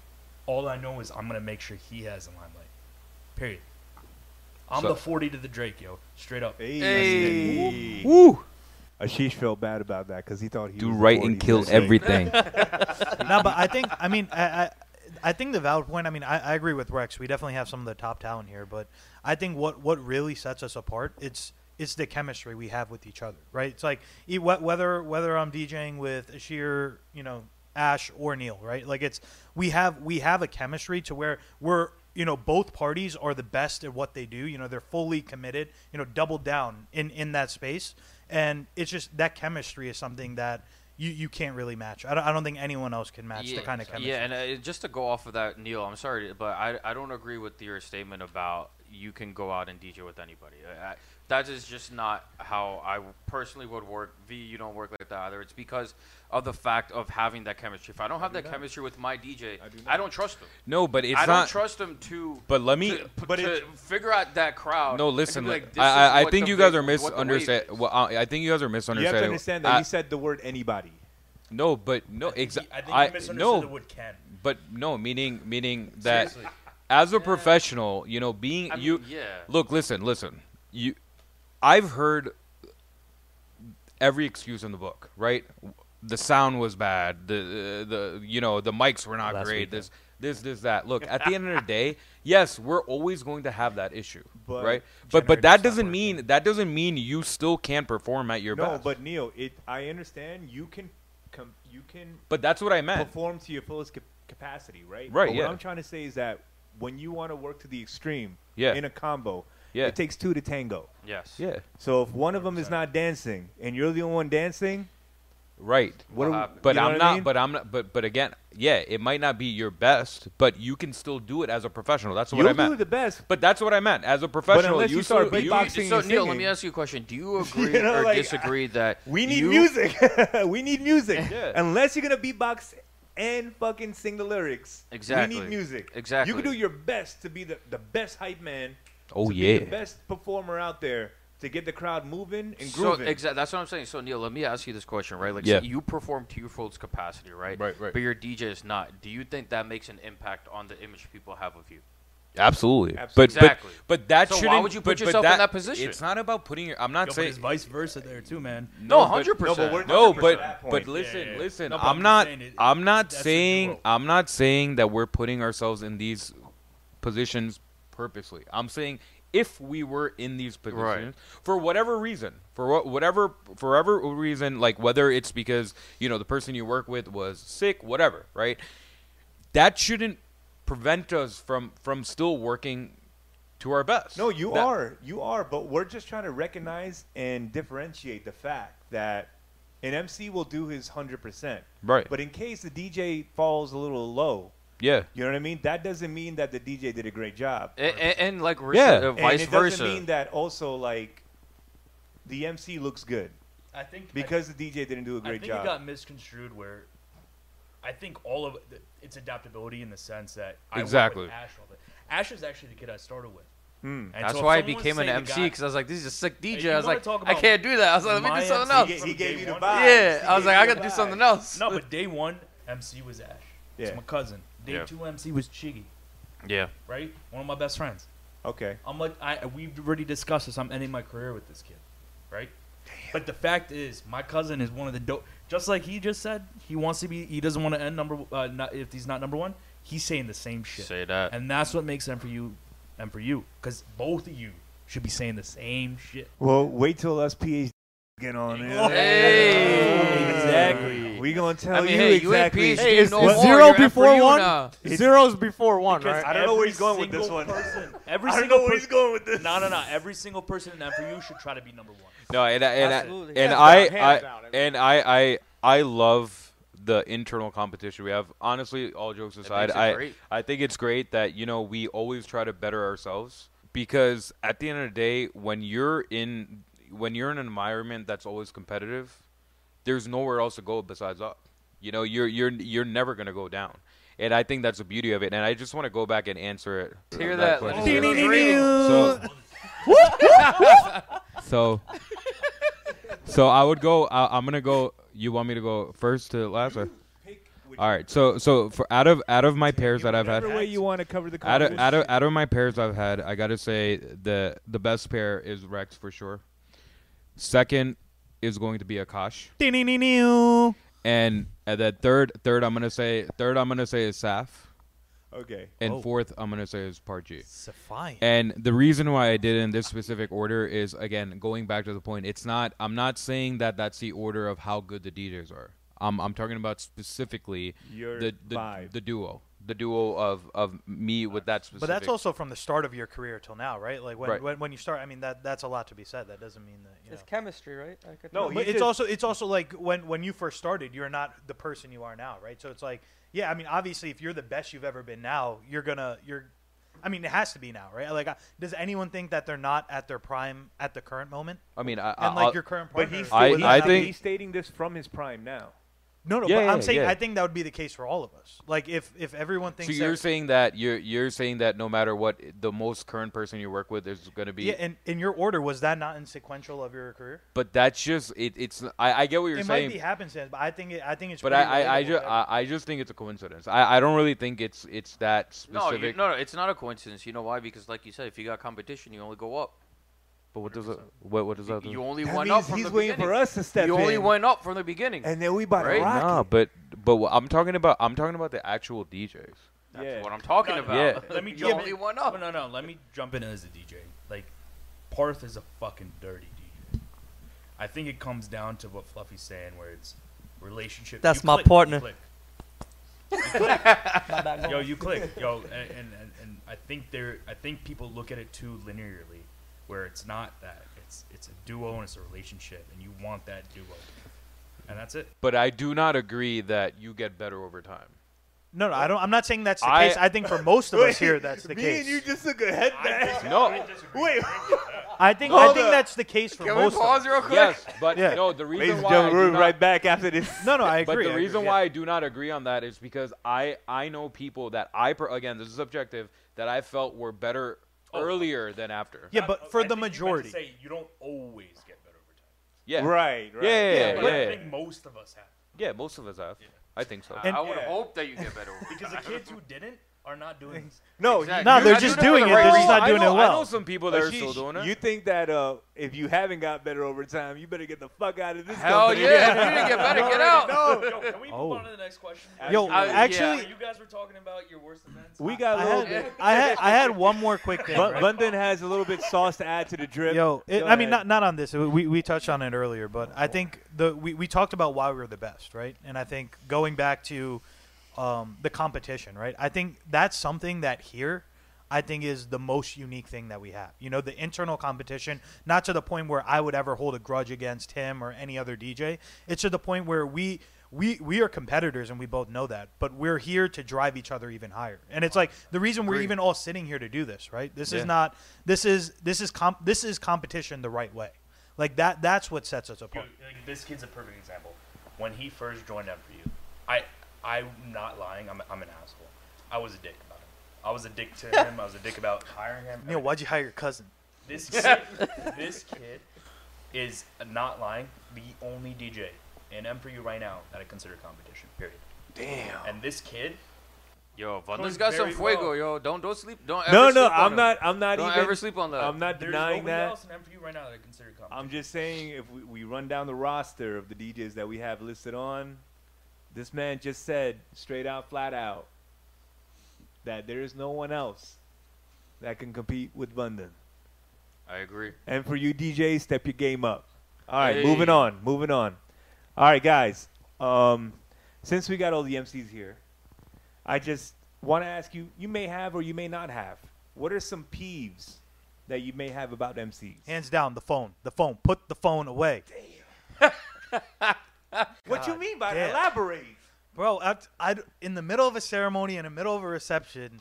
S7: All I know is I'm gonna make sure he has the limelight. Period. I'm
S3: So-
S7: the 40 to the Drake, yo. Straight up.
S1: Hey.
S3: Woo!
S1: Ashish felt bad about that because he thought he
S3: Do
S1: was
S3: right
S1: 40.
S3: and kill
S1: That's right.
S3: everything.
S5: no, but I think I mean I, I I think the valid point. I mean I, I agree with Rex. We definitely have some of the top talent here, but I think what what really sets us apart it's it's the chemistry we have with each other, right? It's like e- wh- whether whether I'm DJing with Ashir, you know, Ash or Neil, right? Like it's we have we have a chemistry to where we're you know both parties are the best at what they do. You know, they're fully committed. You know, doubled down in in that space, and it's just that chemistry is something that. You, you can't really match. I don't, I don't think anyone else can match the kind of chemistry.
S8: Yeah, and uh, just to go off of that, Neil, I'm sorry, but I, I don't agree with your statement about you can go out and DJ with anybody. I, I, that is just not how I w- personally would work. V, you don't work like that either. It's because of the fact of having that chemistry. If I don't have that chemistry with my DJ, I, don't trust him.
S3: No, but it's
S8: I
S3: not.
S8: don't trust him to.
S3: but let me.
S8: to,
S1: but
S8: but to figure out that crowd.
S3: No,
S8: and to be
S3: listen.
S8: like, this is
S3: I, I, I
S8: what
S3: think
S8: the
S3: you guys
S8: wave-
S3: are
S8: what the wave
S3: misunderstanding.
S8: is.
S3: Well, I, I think you guys are misunderstanding.
S1: You have to understand that
S3: I-
S1: he said the word anybody.
S3: no, but no,
S7: He-
S3: exactly.
S7: I think
S3: I,
S7: you misunderstood
S3: no,
S7: the word Ken.
S3: but no, meaning meaning that as a professional, you know, being
S8: I
S3: you
S8: mean, yeah.
S3: look, listen, listen. You, I've heard every excuse in the book. Right, the sound was bad. The the you know the mics were not
S4: Last
S3: great.
S4: weekend.
S3: This this this that. Look, at the end of the day, yes, we're always going to have that issue,
S1: But
S3: right? But but that
S5: generators not
S3: doesn't
S5: working.
S3: mean that doesn't mean you still can't perform at your
S1: no,
S3: best.
S1: but Neil, it. I understand you can, com- you can
S3: But that's what I meant.
S1: perform to your fullest cap- capacity, right?
S3: Eh. Right,
S1: But
S3: yeah.
S1: What I'm trying to say is that when you want to work to the extreme,
S3: Yeah.
S1: in a combo,
S3: Yeah.
S1: it takes two to tango.
S8: Yes.
S3: Yeah,
S1: So if one of them is not dancing and you're the only one dancing,
S3: right.
S1: what?
S8: What
S1: are-
S8: happened?
S3: But
S1: you know
S3: I'm
S1: what
S3: not.
S1: I mean?
S3: But I'm not. But but again, yeah, it might not be your best, but you can still do it as a professional. That's what
S1: you'll
S3: I meant.
S1: do the best.
S3: but that's what I meant as a professional.
S1: unless you
S3: still-
S1: start
S3: you-
S1: beatboxing- Singing
S8: So
S1: and
S8: Neil, let
S1: singing.
S8: me ask you a question. Do you agree
S1: You know,
S8: or
S1: like,
S8: disagree that
S1: We need
S8: you-
S1: music. we need music.
S3: Yeah.
S1: Unless you're gonna beatbox and fucking sing the lyrics. We
S8: Exactly.
S1: need music.
S8: Exactly.
S1: You can do your best to be the, the best hype man.
S3: oh
S1: to
S3: yeah.
S1: Be the best performer out there to get the crowd moving and
S8: So
S1: grooving.
S8: exactly, that's what I'm saying. So Neil, let me ask you this question, right? Like,
S3: Yeah.
S8: so you perform to your full capacity, right?
S3: Right, right.
S8: But your DJ is not. Do you think that makes an impact on the image people have of you?
S3: Absolutely.
S1: Absolutely.
S3: But,
S8: Exactly.
S3: but but that
S8: So why
S3: shouldn't.
S8: would you
S3: but-
S8: put
S3: but
S8: yourself in that position?
S3: It's not about putting your. I'm not
S7: Yo, but
S3: saying.
S7: it's vice versa there too, man.
S8: No,
S3: but-
S8: hundred percent.
S1: we're-
S3: No,
S1: 100%
S3: but
S1: that point.
S3: but
S1: Yeah,
S3: listen,
S7: yeah, yeah.
S3: listen.
S7: No, but
S3: I'm
S7: I'm just
S3: not.
S7: saying it-
S3: I'm not
S7: that's a
S3: saying.
S7: duo.
S3: I'm not saying that we're putting ourselves in these positions purposely. I'm saying if we were in these positions for whatever reason, for what, whatever, for whatever reason, like whether it's because you know the person you work with was sick, whatever, right? That shouldn't prevent us from from still working to our best.
S1: No, you
S3: That-
S1: are. You are, but we're just trying to recognize and differentiate the fact that an MC will do his 100%.
S3: Right.
S1: But in case the DJ falls a little low,
S3: Yeah.
S1: you know what I mean? That doesn't mean that the DJ did a great job.
S8: A- a- and, like, we're
S3: Yeah.
S8: sa- uh,
S1: And
S8: vice
S1: it
S8: versa.
S1: doesn't mean that also, like, the MC looks good
S7: I think
S1: because the DJ didn't do a
S7: I,
S1: great
S7: think
S1: job.
S7: it got misconstrued where I think all of th- it's adaptability in the sense that I work with
S3: Exactly.
S7: Ash, all the- Ash is actually the kid I started with.
S1: Hmm.
S7: And
S8: That's
S7: so if
S8: why I
S7: someone's
S8: became an
S7: saying the
S8: MC
S7: guy-
S8: because I was like, this is a sick
S7: If
S8: DJ.
S7: you
S8: I was
S7: wanna
S8: like,
S7: talk
S8: I
S7: about
S8: can't do that. I was like, let
S7: my
S8: me do something
S7: MC
S8: else.
S1: He, ga- he
S7: From
S1: gave
S7: day
S1: you the
S7: one.
S1: vibe.
S8: Yeah, I was like, I got to do something else.
S7: No, but day one MC was Ash.
S1: Yeah.
S7: It's my cousin. Day
S8: Yeah.
S7: two MC was Chiggy,
S8: yeah,
S7: right? One of my best friends.
S1: Okay.
S7: I'm like, I we've already discussed this. I'm ending my career with this kid, right? But the fact is, my cousin is one of the dope. Just like he just said, he wants to be. He doesn't want to end number. Uh, not, if he's not number one, he's saying the same shit.
S8: say that.
S7: And that's what makes them for you and for you. Because both of you should be saying the same shit.
S1: Well, wait till us PhD get on it.
S8: Hey,
S7: Exactly.
S1: We gonna tell
S8: I mean,
S1: you
S8: hey, you ain't
S1: exactly.
S8: PhD
S2: Is
S8: no more.
S2: zero
S8: You're at
S2: before
S8: for you
S2: one?
S8: now.
S2: Zero's before one,
S7: Because
S2: right?
S1: I don't know where
S7: every
S1: he's going with this
S7: single
S1: one.
S7: person- every
S1: I don't
S7: single
S1: know where he's
S7: person-
S1: going with this.
S7: No, no, no. Every single person in MPU should try to be number one.
S3: No, and I, and I,
S6: Absolutely.
S3: and
S2: Hands
S3: I,
S2: down, hands
S3: I
S2: down.
S3: and I, I, I love the internal competition we have. Honestly, all jokes aside,
S8: makes it
S3: I,
S8: great.
S3: I think it's great that you know we always try to better ourselves because at the end of the day, when you're in when you're in an environment that's always competitive, there's nowhere else to go besides up. You know, you're you're you're never gonna go down. And I think that's the beauty of it. And I just want to go back and answer it.
S8: Hear that?
S3: question.
S8: Let's do it.
S3: So, so, so I would go. I, I'm gonna go. You want me to go first to last? Or? All right. So, so for out of out of my pairs that I've had,
S1: Whatever way you want to cover the
S3: out of,
S1: conversation.
S3: out of out of my pairs I've had, I gotta say the the best pair is Rex for sure. Second is going to be Akash, and, and the third third I'm gonna say third I'm gonna say is Saf.
S1: Okay.
S3: And
S5: Oh.
S3: fourth, I'm gonna say is part G.
S5: Suffiant.
S3: And the reason why I did it in this specific order is again going back to the point. It's not. I'm not saying that that's the order of how good the DJs are. I'm I'm talking about specifically
S1: Your
S3: the the,
S1: vibe.
S3: the duo, the duo of of me with that specific.
S5: But that's also from the start of your career till now, right? Like when,
S3: Right.
S5: when, when you start, I mean that that's a lot to be said. That doesn't mean that. You know.
S6: It's chemistry, right? I could
S1: No,
S6: tell.
S1: he-
S5: but it's
S1: just-
S5: also it's also like when when you first started, you're not the person you are now, right? So it's like, yeah, I mean, obviously, if you're the best you've ever been now, you're gonna you're, I mean, it has to be now, right? Like, I- does anyone think that they're not at their prime at the current moment?
S3: I mean, I,
S5: And
S3: I,
S5: like your current
S1: But
S5: partner,
S1: he's
S3: Uh, I-
S1: still-
S3: I
S1: he's-
S3: think-
S1: he's stating this from his prime now.
S5: no, no.
S3: Yeah,
S5: but
S3: yeah,
S5: I'm saying
S3: yeah.
S5: I think that would be the case for all of us. Like, if if everyone
S3: so
S5: thinks that,
S3: you're saying that you're you're saying that no matter what, the most current person you work with is gonna be.
S5: yeah, and in your order, was that not in sequential of your career?
S3: but that's just it, it's. I, I get what you're
S5: it
S3: saying.
S5: might be happenstance, but I think it, I think it's.
S3: but
S5: pretty
S3: I, I, I,
S5: relatable,
S3: ju-
S5: right?
S3: I, I just think it's a coincidence. I, I don't really think it's it's that
S8: No,
S3: specific.
S8: you, no, no, it's not a coincidence. You know why? Because like you said, if you got competition, you only go up.
S3: But what does it, what what does that
S8: You,
S3: do?
S8: you only
S1: That
S8: went
S1: means
S8: up from
S1: he's
S8: the
S1: waiting
S8: beginning.
S1: for us to step
S8: you only
S1: in.
S8: went up from the beginning.
S1: And then we about
S8: Right?
S1: to rock
S3: No,
S1: it.
S3: but but what I'm talking about I'm talking about the actual DJs.
S8: That's
S1: Yeah.
S8: what I'm talking
S7: No, no,
S8: about.
S3: Yeah.
S7: Let me
S8: you
S7: jump
S8: only
S7: in.
S8: went up.
S7: No, no, no. Let me jump in as a DJ. Like, Parth is a fucking dirty DJ. I think it comes down to what Fluffy's saying, where it's relationship.
S6: That's
S7: you
S6: my
S7: click, you
S6: partner.
S7: click.
S6: My bad, go
S7: Yo,
S6: on.
S7: you click. Yo, and, and, and, and I think there. I think people look at it too linearly, where it's not that. It's it's a duo and it's a relationship, and you want that duo, and that's it.
S3: But I do not agree that you get better over time.
S5: no, no, I don't. I'm not saying that's the
S3: I-
S5: case. I think for most of us here, that's the
S1: Me
S5: case.
S1: and you just took a head back.
S3: No.
S7: disagree.
S1: Wait,
S5: I think I
S1: Hold
S5: think
S1: up.
S5: that's the case for
S8: Can we
S5: most. of
S8: pause
S5: us.
S8: real quick?
S3: Yes, but
S5: Yeah.
S3: no, the reason
S1: ladies and
S3: why I
S1: gentlemen,
S3: do
S1: we're
S3: not-
S1: right back after this.
S5: No, no, I agree.
S3: but the
S5: I
S3: reason
S5: agree,
S3: why
S5: yeah.
S3: I do not agree on that is because I I know people that I per, again this is subjective that I felt were better earlier than after.
S5: yeah, but
S7: I
S5: for
S7: think
S5: the
S7: you meant to
S5: majority,
S7: say you don't always get better over time.
S3: Yeah.
S1: Right, right.
S3: Yeah, yeah, yeah,
S7: but
S3: yeah,
S7: I
S3: yeah.
S7: think most of us have.
S3: Yeah, most of us have. I think so.
S8: I would
S1: Yeah.
S8: hope that you get better. over
S7: Because the
S8: time.
S7: kids who didn't are not doing this.
S1: No,
S8: Exactly.
S5: no,
S8: You're
S5: they're
S8: not
S5: just
S8: doing it
S5: doing it.
S8: for the right
S5: They're just
S8: reason.
S5: not
S3: I
S5: doing
S3: know,
S5: it well.
S3: I know some people that are
S1: Ashish,
S3: still doing it.
S1: You think that uh, if you haven't got better over time, you better get the fuck out of this
S8: Hell
S1: company.
S8: Oh, yeah! if you didn't get better, get out.
S7: Yo, can we move
S2: Oh.
S7: on to the next question?
S5: Yo,
S8: I-
S5: actually,
S8: yeah.
S7: you guys were talking about your worst events.
S1: We got a
S5: I
S1: little
S5: had,
S1: bit.
S5: I had I had one more quick thing.
S1: Lon-
S5: right?
S1: London has a little bit sauce to add to the drip.
S5: Yo, it,
S1: Go
S5: I mean,
S1: ahead.
S5: not not on this. We we touched on it earlier, but I think the we, we talked about why we were the best, right? And I think going back to um, the competition, right? I think that's something that here. I think is the most unique thing that we have. You know, the internal competition, not to the point where I would ever hold a grudge against him or any other DJ. It's to the point where we we we are competitors and we both know that, but we're here to drive each other even higher. And it's like the reason we're even all sitting here to do this, right? This is not this is this is comp this is competition the right way. Like that that's what sets us
S7: Yo,
S5: apart.
S7: like, this kid's a perfect example. When he first joined MPU, I I'm not lying. I'm I'm an asshole. I was a dick about him. I was a dick to him. I was a dick about hiring him.
S5: Neil, why'd you hire your cousin?
S7: This kid, this kid is uh, not lying. The only DJ in MPU right now that I consider competition. Period. Damn. And this kid,
S8: Yo,
S7: Comes
S8: Vanda's got some
S7: very
S8: fuego,
S7: well.
S8: yo. Don't don't sleep. Don't ever
S1: no,
S8: sleep
S1: no,
S8: on
S1: I'm
S8: him.
S1: not. I'm not
S8: Don't
S1: even.
S8: ever uh, sleep on that.
S1: I'm not
S7: there's
S1: denying
S7: nobody
S1: that.
S7: else in MPU right now that I consider competition.
S1: I'm just saying, if we, we run down the roster of the DJs that we have listed on, this man just said straight out, flat out, that there is no one else that can compete with London.
S8: I agree.
S1: And for you DJs, step your game up. All right,
S8: Hey.
S1: moving on, moving on. All right, guys. Um, since we got all the MCs here, I just want to ask you: you may have or you may not have. What are some peeves that you may have about MCs?
S5: Hands down, the phone. The phone. Put the phone away.
S1: what you mean by
S5: damn.
S1: elaborate?
S5: Bro, I, I, in the middle of a ceremony, in the middle of a reception,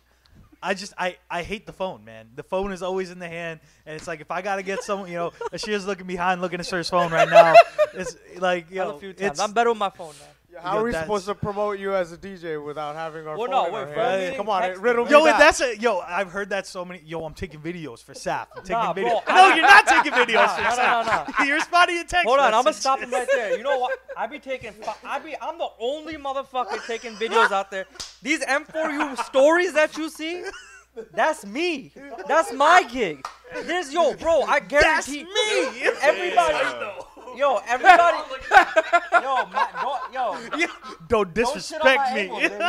S5: I just I, I hate the phone, man. The phone is always in the hand, and it's like if I gotta get someone, you know, Ashir's looking behind, looking at Sir's phone right now. It's like
S6: Done
S5: yo,
S6: a few times.
S5: it's,
S6: I'm better with my phone now.
S2: How
S5: Yo,
S2: are we
S5: that's-
S2: supposed to promote you as a DJ without having our
S6: Well,
S2: phone
S6: no,
S2: in
S6: we're
S2: our hand?
S6: phoning,
S2: Come on,
S6: texting,
S2: riddle me
S6: right?
S5: yo,
S2: that.
S5: that's a yo. I've heard that so many. Yo, I'm taking videos for SAP. I'm taking
S6: Nah, bro,
S5: videos.
S6: I-
S5: no, you're not taking videos
S6: Nah,
S5: for
S6: no, no,
S5: SAP.
S6: no,
S5: You're spotting a text.
S6: Hold on, I'm gonna
S5: message.
S6: stop him right there. You know what? I be taking, fi- I be, I'm the only motherfucker taking videos out there. These M4U stories that you see, that's me. That's my gig. There's yo, bro. I guarantee
S5: me.
S6: Everybody, yo, everybody, yo, my, don't, yo, yo,
S5: Don't
S6: don't shit on my
S5: disrespect
S6: ankles,
S5: me.
S6: baby.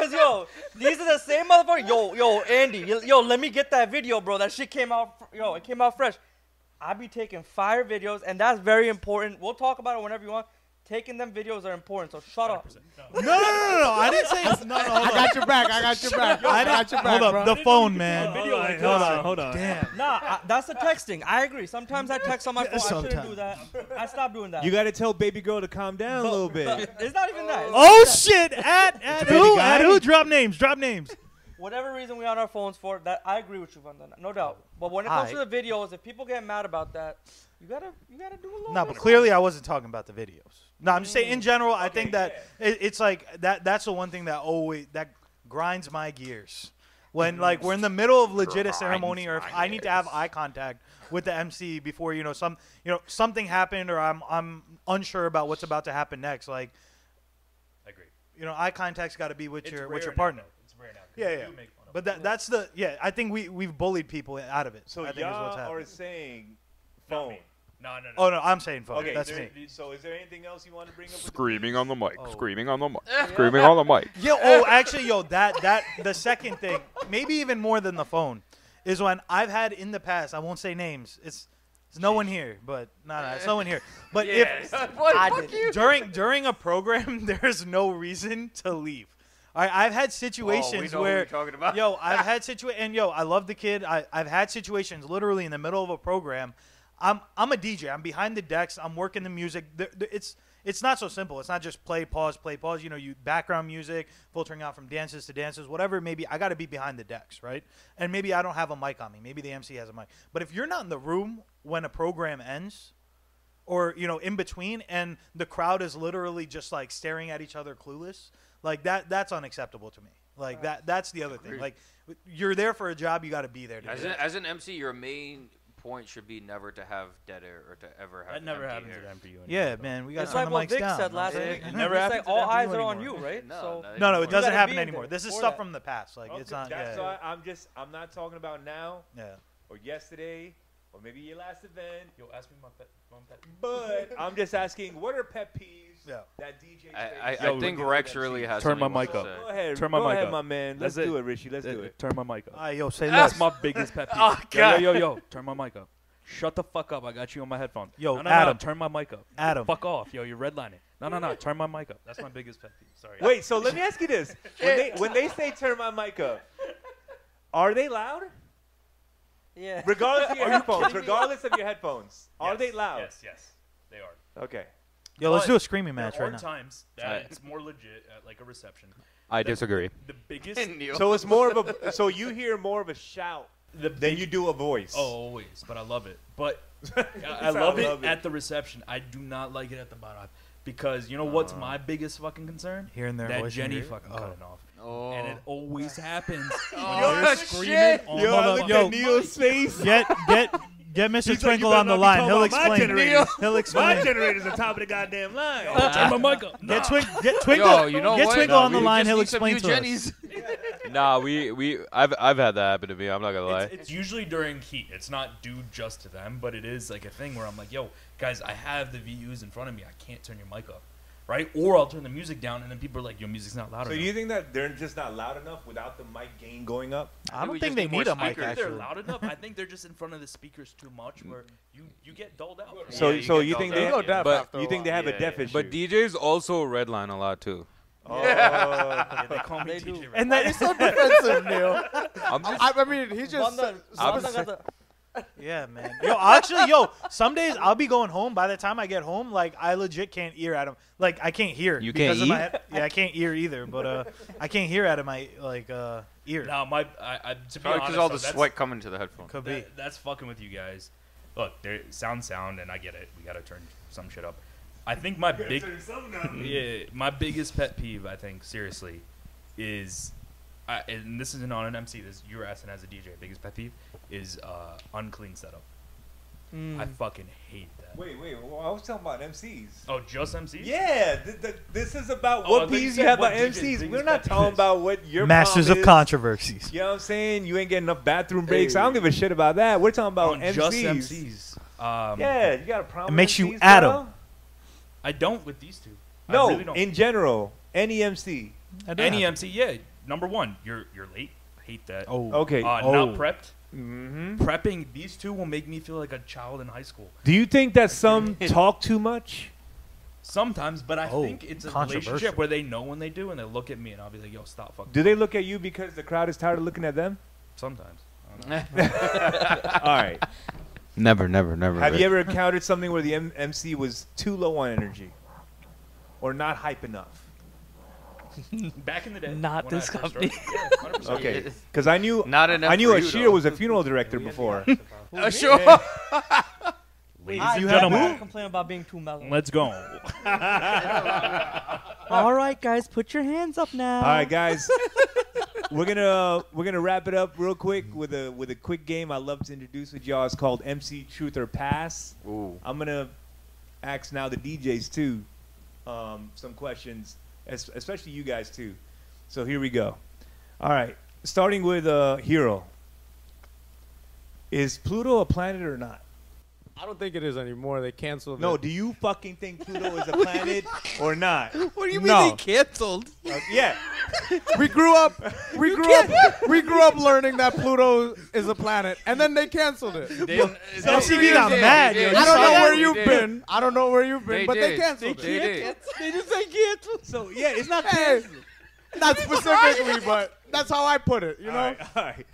S6: Cause yo, these are the same motherfucker. Yo, yo, Andy, yo, yo, let me get that video, bro. That shit came out, fr- yo, it came out fresh. I be taking fire videos, and that's very important. We'll talk about it whenever you want. Taking them videos are important, so shut up.
S5: No, no, no, no, no. I didn't say it's no, no,
S2: I
S5: hold
S2: got your back. I got your back. I got your back,
S5: Hold
S2: bro.
S5: up, the phone, man.
S7: Video like
S5: Hold
S7: that.
S5: on, hold on. Damn.
S6: Nah, I, that's the texting. I agree. Sometimes I text on my phone. I shouldn't do
S5: Sometimes.
S6: that. I stopped doing that.
S2: You got to tell baby girl to calm down a little bit.
S6: It's not even that. It's
S5: Oh shit! At at
S2: baby
S5: who?
S2: guy.
S5: At who? Drop names. Drop names.
S6: whatever reason we're on our phones for that i agree with you Vandana, no doubt but when it comes to the videos if people get mad about that you gotta you gotta do a little
S5: No,
S6: bit
S5: but
S6: of-
S5: clearly I wasn't talking about the videos. No, I'm just saying in general. I think that it, it's like that. That's the one thing that always that grinds my gears when like we're in the middle of legit a ceremony, or if I need to have eye contact with the MC before you know some you know something happened, or I'm I'm unsure about what's about to happen next. Like
S7: I agree.
S5: you know, eye contact's got to be with
S7: It's
S5: your
S7: rare
S5: with your
S7: now,
S5: partner.
S7: though. It's rare now. 'cause
S5: Yeah,
S7: they
S5: yeah.
S7: do make fun of
S5: But that that's the yeah. I think we we've bullied people out of it.
S1: So
S5: I think is what's
S1: y'all
S5: happening.
S1: are saying
S7: Not
S1: phone.
S7: me. No, no, no.
S5: Oh no, I'm saying fuck.
S1: Okay,
S5: that's
S1: is
S5: me.
S1: there- so is there anything else you want to bring up? with the-
S9: Screaming on the mic,
S5: Oh.
S9: screaming on the mic, screaming on the mic.
S5: Yeah. Oh, actually, yo, that that the second thing, maybe even more than the phone, is when I've had in the past. I won't say names. It's it's no one here, but no, no, it's no one here. But if
S6: I did it.
S5: during during a program, there's no reason to leave. All right, I've had situations
S8: Oh, know who
S5: where
S8: you're talking about.
S5: yo, I've had situa- and yo, I love the kid. I, I've had situations literally in the middle of a program. I'm I'm a DJ. I'm behind the decks. I'm working the music. There, there- it's it's not so simple. It's not just play pause play pause. You know, you background music filtering out from dances to dances, whatever it may be. I got to be behind the decks, right? And maybe I don't have a mic on me. Maybe the MC has a mic. But if you're not in the room when a program ends, or you know in between and the crowd is literally just like staring at each other clueless like that that's unacceptable to me like that that's the other thing like you're there for a job you got to be there to
S8: As,
S5: do
S8: an,
S5: it.
S8: as an MC, your main point should be never to have dead air or to ever have.
S7: That never
S8: empty
S7: happens
S8: air.
S7: at MPU. anymore.
S5: yeah man we got
S6: it's like
S5: the
S6: what
S5: mics
S6: vic
S5: down
S6: said last
S5: man.
S6: week
S7: It
S6: it's
S7: never
S6: like
S7: happens to
S6: all
S7: that
S6: eyes
S7: people
S6: are on you
S7: anymore.
S6: right
S8: No,
S6: so
S8: no,
S5: no no
S8: anymore.
S5: it doesn't
S6: gotta
S5: happen
S6: be
S5: anymore
S6: there
S5: this is
S6: for
S5: stuff
S6: that.
S5: from the past like it's
S1: Okay,
S5: not yeah,
S1: that's
S5: yeah,
S1: why I'm just I'm not talking about now
S5: yeah.
S1: or yesterday or maybe your last event.
S7: Yo, ask me my pet. My pet.
S1: But I'm just asking, what are pet peeves
S5: Yeah.
S1: that DJ?
S8: I, I,
S1: Space-
S7: Yo,
S8: I
S7: we
S8: think
S7: can
S8: Rex really has.
S9: Turn my
S8: something he
S9: mic
S8: wants to
S9: up.
S1: go ahead,
S9: Turn my
S1: go
S9: mic
S1: ahead,
S9: up.
S1: my man. Let's
S9: That's
S1: do
S9: it.
S1: it, Richie. Let's do it.
S9: Uh, Turn my mic
S7: Uh,
S5: All right, yo say less
S9: That's my biggest pet peeve.
S8: Oh,
S9: yo,
S8: God.
S9: yo, yo, yo, turn my mic up. Shut the fuck up. I got you on my headphone.
S5: Yo,
S9: no, no,
S5: Adam.
S9: no, turn my mic up.
S5: Adam.
S9: Fuck off, yo. You're redlining. No, no, no. Turn my mic up.
S7: That's my biggest pet peeve. Sorry.
S1: Wait, so let me ask you this: when they when they say turn my mic up, are they loud?
S6: yeah
S1: Regardless of your headphones,
S6: kidding me?
S1: regardless of your headphones, are
S7: Yes,
S1: they loud?
S7: Yes, yes, they are.
S1: Okay.
S5: yo let's
S7: But
S5: do a screaming match
S7: there are
S5: right now
S7: times that it's more legit at like a reception.
S3: I disagree.
S7: The biggest.
S8: Neil.
S1: So it's more of a so you hear more of a shout than you do a voice.
S7: Oh, always, but I love it. But I, I
S1: I love
S7: love,
S1: it.
S7: it at the reception. I do not like it at the bottom because you know what's my biggest fucking concern?
S5: Uh. Hearing their
S7: that
S5: voice in
S7: Jenny
S5: your ear?
S7: fucking
S5: Oh.
S7: cutting off,
S8: Oh.
S7: and it always happens.
S8: Oh,
S7: They're
S8: shit.
S7: screaming on
S1: Yo,
S7: the
S1: I looked
S7: fucking-
S1: at Neo's face.
S5: get get get mr
S1: He's like,
S5: twinkle
S1: you better
S5: on
S1: not
S5: the
S1: be
S5: line
S1: talking
S5: he'll
S1: about my
S5: explain
S1: generation.
S5: he'll
S1: My
S5: explain
S1: generator's on top of the goddamn line.
S7: Turn my mic up.
S5: Get,
S7: Nah.
S5: twink, get Twinkle,
S8: you know
S5: get
S8: what?
S5: Twinkle
S8: No,
S5: on the
S8: we
S5: line.
S8: just
S5: He'll
S8: need some
S5: explain
S8: new
S5: to us.
S8: Jennies.
S3: Nah, we we I've I've had that happen to me. I'm not gonna lie.
S7: It's, it's usually during heat. It's not due just to them, but it is like a thing where I'm like, yo, guys, I have the VUs in front of me. I can't turn your mic up, right? Or I'll turn the music down, and then people are like, your music's not loud
S1: So
S7: enough.
S1: do you think that they're just not loud enough without the mic gain going up?
S5: I
S8: We
S5: don't
S8: just
S5: think they
S8: need more
S5: need a mic.
S8: speakers.
S7: I think they're
S5: Actually,
S7: loud enough. I think they're just in front of the speakers too much, where you you get dulled out.
S1: So
S8: Yeah, you
S1: so
S8: get
S1: you think
S8: dulled
S1: they
S8: out. You go deaf
S3: But-
S1: you think they have a
S8: Yeah,
S1: deaf
S8: yeah.
S1: issue?
S3: But DJs also redline a lot too.
S1: oh,
S7: they call me
S6: They
S7: DJ.
S6: do.
S7: Right?
S5: and then
S2: It's so defensive, Neil.
S3: I'm just
S2: I, I mean, he just.
S6: Vandana-
S3: I'm
S6: Vandana got the-
S5: yeah, man. Yo, actually, yo, some days I'll be going home. By the time I get home, like I legit can't ear at him. Like I can't hear.
S3: You
S5: because
S3: can't
S5: of my
S3: eat?
S5: head- yeah, I can't hear either. But uh, I can't hear out of my like uh ear.
S7: Now my I, I to be
S8: Probably
S7: honest,
S8: because all
S7: though,
S8: the
S7: that's-
S8: sweat coming to the headphone.
S5: Could be.
S7: that, that's fucking with you guys. Look, there sound sound, and I get it. We gotta turn some shit up. I think my big yeah, my biggest pet peeve, I think, seriously, is, I, and this isn't on an MC. This you're asking as a DJ. Biggest pet peeve is uh, unclean setup. I fucking hate that.
S1: wait, wait. Well, I was talking about MCs.
S7: Oh, just MCs?
S1: Yeah, th- th- this is about
S7: Oh, I
S1: what
S7: thought you
S1: peeves
S7: said
S1: you have
S7: what
S1: about
S7: DJs think
S1: MCs.
S7: is
S1: We're not
S7: bad.
S1: talking about what your
S5: Masters
S1: mom
S5: of
S1: is.
S5: controversies.
S1: You know what I'm saying? You ain't getting enough bathroom breaks. I don't give a shit about that. We're talking about
S7: On
S1: MCs.
S7: just MCs. Um,
S1: Oh, Yeah, you got a problem.
S5: It makes
S1: with
S5: you
S1: MCs,
S5: Adam.
S1: bro?
S7: I don't with these two. I
S1: No,
S7: really don't.
S1: in general, any MC.
S5: I don't
S7: any
S5: have-
S7: MC, yeah. Number one, you're you're late. Hate that.
S2: Oh,
S1: Okay.
S7: Uh,
S2: Oh.
S7: Not prepped.
S1: hmm
S7: Prepping these two will make me feel like a child in high school.
S1: Do you think that some talk too much?
S7: Sometimes, but I
S5: Oh,
S7: think it's a
S5: controversial.
S7: relationship where they know when they do, and they look at me, and I'll be like, "Yo, stop fucking."
S1: Do they look at you because the crowd is tired of looking at them?
S7: Sometimes.
S1: All right.
S4: Never, never, never.
S1: Have you ever encountered something where the M- MC was too low on energy or not hype enough?
S7: Back in the day.
S6: Not
S7: when I
S6: this
S7: first
S6: company.
S7: started- yeah, 100%.
S1: Okay. Because I knew
S8: Not enough.
S1: I knew
S8: for you,
S1: Ashir
S8: though.
S1: was a funeral director before.
S6: Uh,
S4: sure.
S7: Ladies
S6: I
S7: and
S6: do
S7: gentlemen, Uh,
S6: not complain about being too mellow.
S9: Let's go.
S6: All right, guys, put your hands up now.
S1: All right, guys. we're gonna uh, we're gonna wrap it up real quick with a with a quick game I love to introduce with y'all. It's called MC Truth or Pass.
S8: Ooh.
S1: I'm gonna ask now the DJs too um, some questions, es- especially you guys too. So here we go. All right, starting with uh, Hero. Is Pluto a planet or not?
S2: I don't think it is anymore. They canceled.
S1: No.
S2: it.
S1: Do you fucking think Pluto is a planet or not?
S4: What do you mean
S1: No.
S4: they canceled?
S1: Uh, yeah.
S2: we grew up. We grew up. We grew up learning that Pluto is a planet, and then they canceled it.
S8: They
S5: she
S8: did,
S5: got
S8: they
S5: mad,
S8: did.
S5: yo.
S2: I don't know
S8: They
S2: where
S8: did.
S2: you've
S8: They did.
S2: been. I don't know where you've been,
S8: They
S2: but they
S8: did.
S2: canceled
S8: They
S2: it.
S8: did.
S6: They just say cancel.
S1: So yeah, it's not.
S2: Hey, not specifically, but that's how I put it. You know.
S1: All right. All right.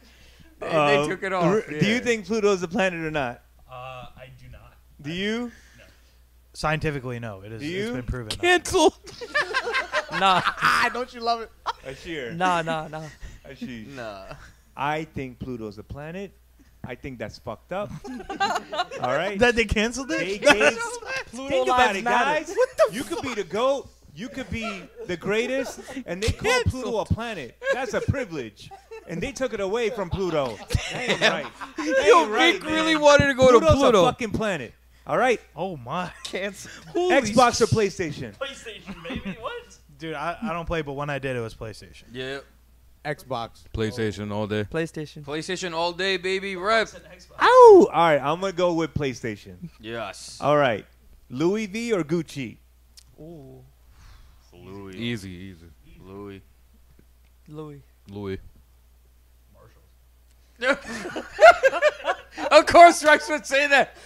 S8: They,
S1: Uh,
S8: they took it off.
S1: r- Do you
S8: yeah.
S1: think Pluto is a planet or not?
S7: uh, I do not.
S1: Do you?
S5: Scientifically, no. It is.
S1: Do
S5: It's
S1: you?
S5: been proven.
S4: Canceled.
S6: Nah,
S2: Ah, don't you love it?
S1: Ashir.
S6: nah, nah, nah.
S1: Ashir.
S8: Nah.
S1: I think Pluto's a planet. I think that's fucked up. All right.
S5: That they canceled it.
S1: They gave-
S6: Pluto
S1: think about
S6: lives
S1: it,
S6: matter.
S1: guys. you could be the goat. You could be the greatest, and they call Pluto a planet. That's a privilege, and they took it away from Pluto. That ain't right. That
S4: Yo,
S1: ain't right,
S4: Vic
S1: man.
S4: really wanted to go
S1: Pluto's
S4: to Pluto.
S1: a fucking planet. All right,
S5: Oh my,
S1: Xbox or PlayStation?
S7: PlayStation, baby. What?
S5: dude! I, I don't play, but when I did, it was PlayStation.
S8: Yeah.
S2: Xbox.
S3: PlayStation all day.
S6: PlayStation.
S8: PlayStation all day, baby. Rep.
S1: Ow! All right, I'm gonna go with PlayStation.
S8: Yes.
S1: All right, Louis V or Gucci?
S6: Ooh,
S8: Louis.
S3: Easy, easy.
S8: Louis.
S6: Louis.
S3: Louis.
S8: Of course, Rex would say that.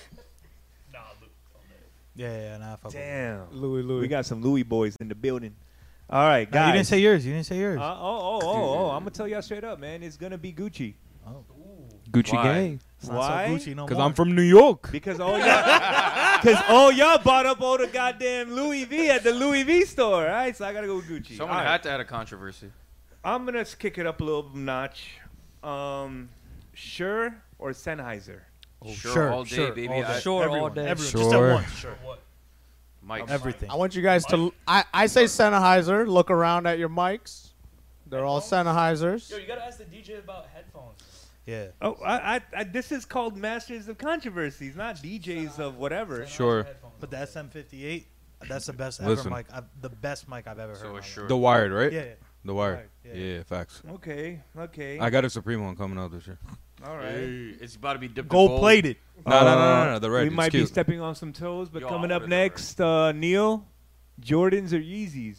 S7: Nah, Luke.
S5: Yeah, yeah, yeah nah, fuck with it.
S1: Damn,
S2: Louis Louis.
S1: we got some Louis boys in the building. All right,
S5: No,
S1: guys.
S5: you didn't say yours. You didn't say yours.
S1: Uh, oh, oh, oh, oh! I'm gonna tell y'all straight up, man. It's gonna be Gucci.
S3: Gucci
S8: Why?
S3: gang.
S5: It's not
S1: why?
S5: So Gucci no
S3: Because
S5: more.
S3: I'm from New York.
S1: Because all y'all, because all y'all bought up all the goddamn Louis V at the Louis V store. All right, so I gotta go with Gucci.
S8: Someone
S1: All right.
S8: had to add a controversy.
S1: I'm gonna s- kick it up a little notch. Um, sure or Sennheiser?
S8: sure,
S5: sure,
S8: all day,
S5: sure,
S8: baby.
S5: all
S8: I,
S5: day.
S6: Sure, all
S5: Everyone,
S6: day.
S5: Everyone, just at
S3: Sure.
S5: once. Sure.
S7: What?
S8: Mike.
S5: Everything.
S2: I want you guys to. I, I say Sennheiser. Look around at your mics. They're all Sennheisers.
S7: Yo, you gotta ask the DJ about headphones.
S5: Yeah.
S1: Oh, I, I, I, this is called Masters of Controversies, not DJs of whatever.
S3: Sure.
S5: But the SM58, that's the best
S3: Listen.
S5: ever mic. I've, the best mic I've ever heard. in
S8: So
S5: my
S8: a sure.
S3: The Wired,
S5: life.
S3: right?
S5: Yeah, yeah.
S3: The Wired.
S5: Wired,
S3: Yeah.
S5: yeah.
S3: facts.
S1: Okay, okay,
S3: I got a Supreme one coming out this year.
S1: all right.
S8: Hey, it's about to be dipped in
S5: Gold plated.
S3: No, no, no, no, no. The red.
S1: We
S3: it's
S1: might be
S3: cute.
S1: stepping on some toes, but
S8: Yo, I
S1: coming up
S8: ordered the red.
S1: next, uh, Neil, Jordans or Yeezys?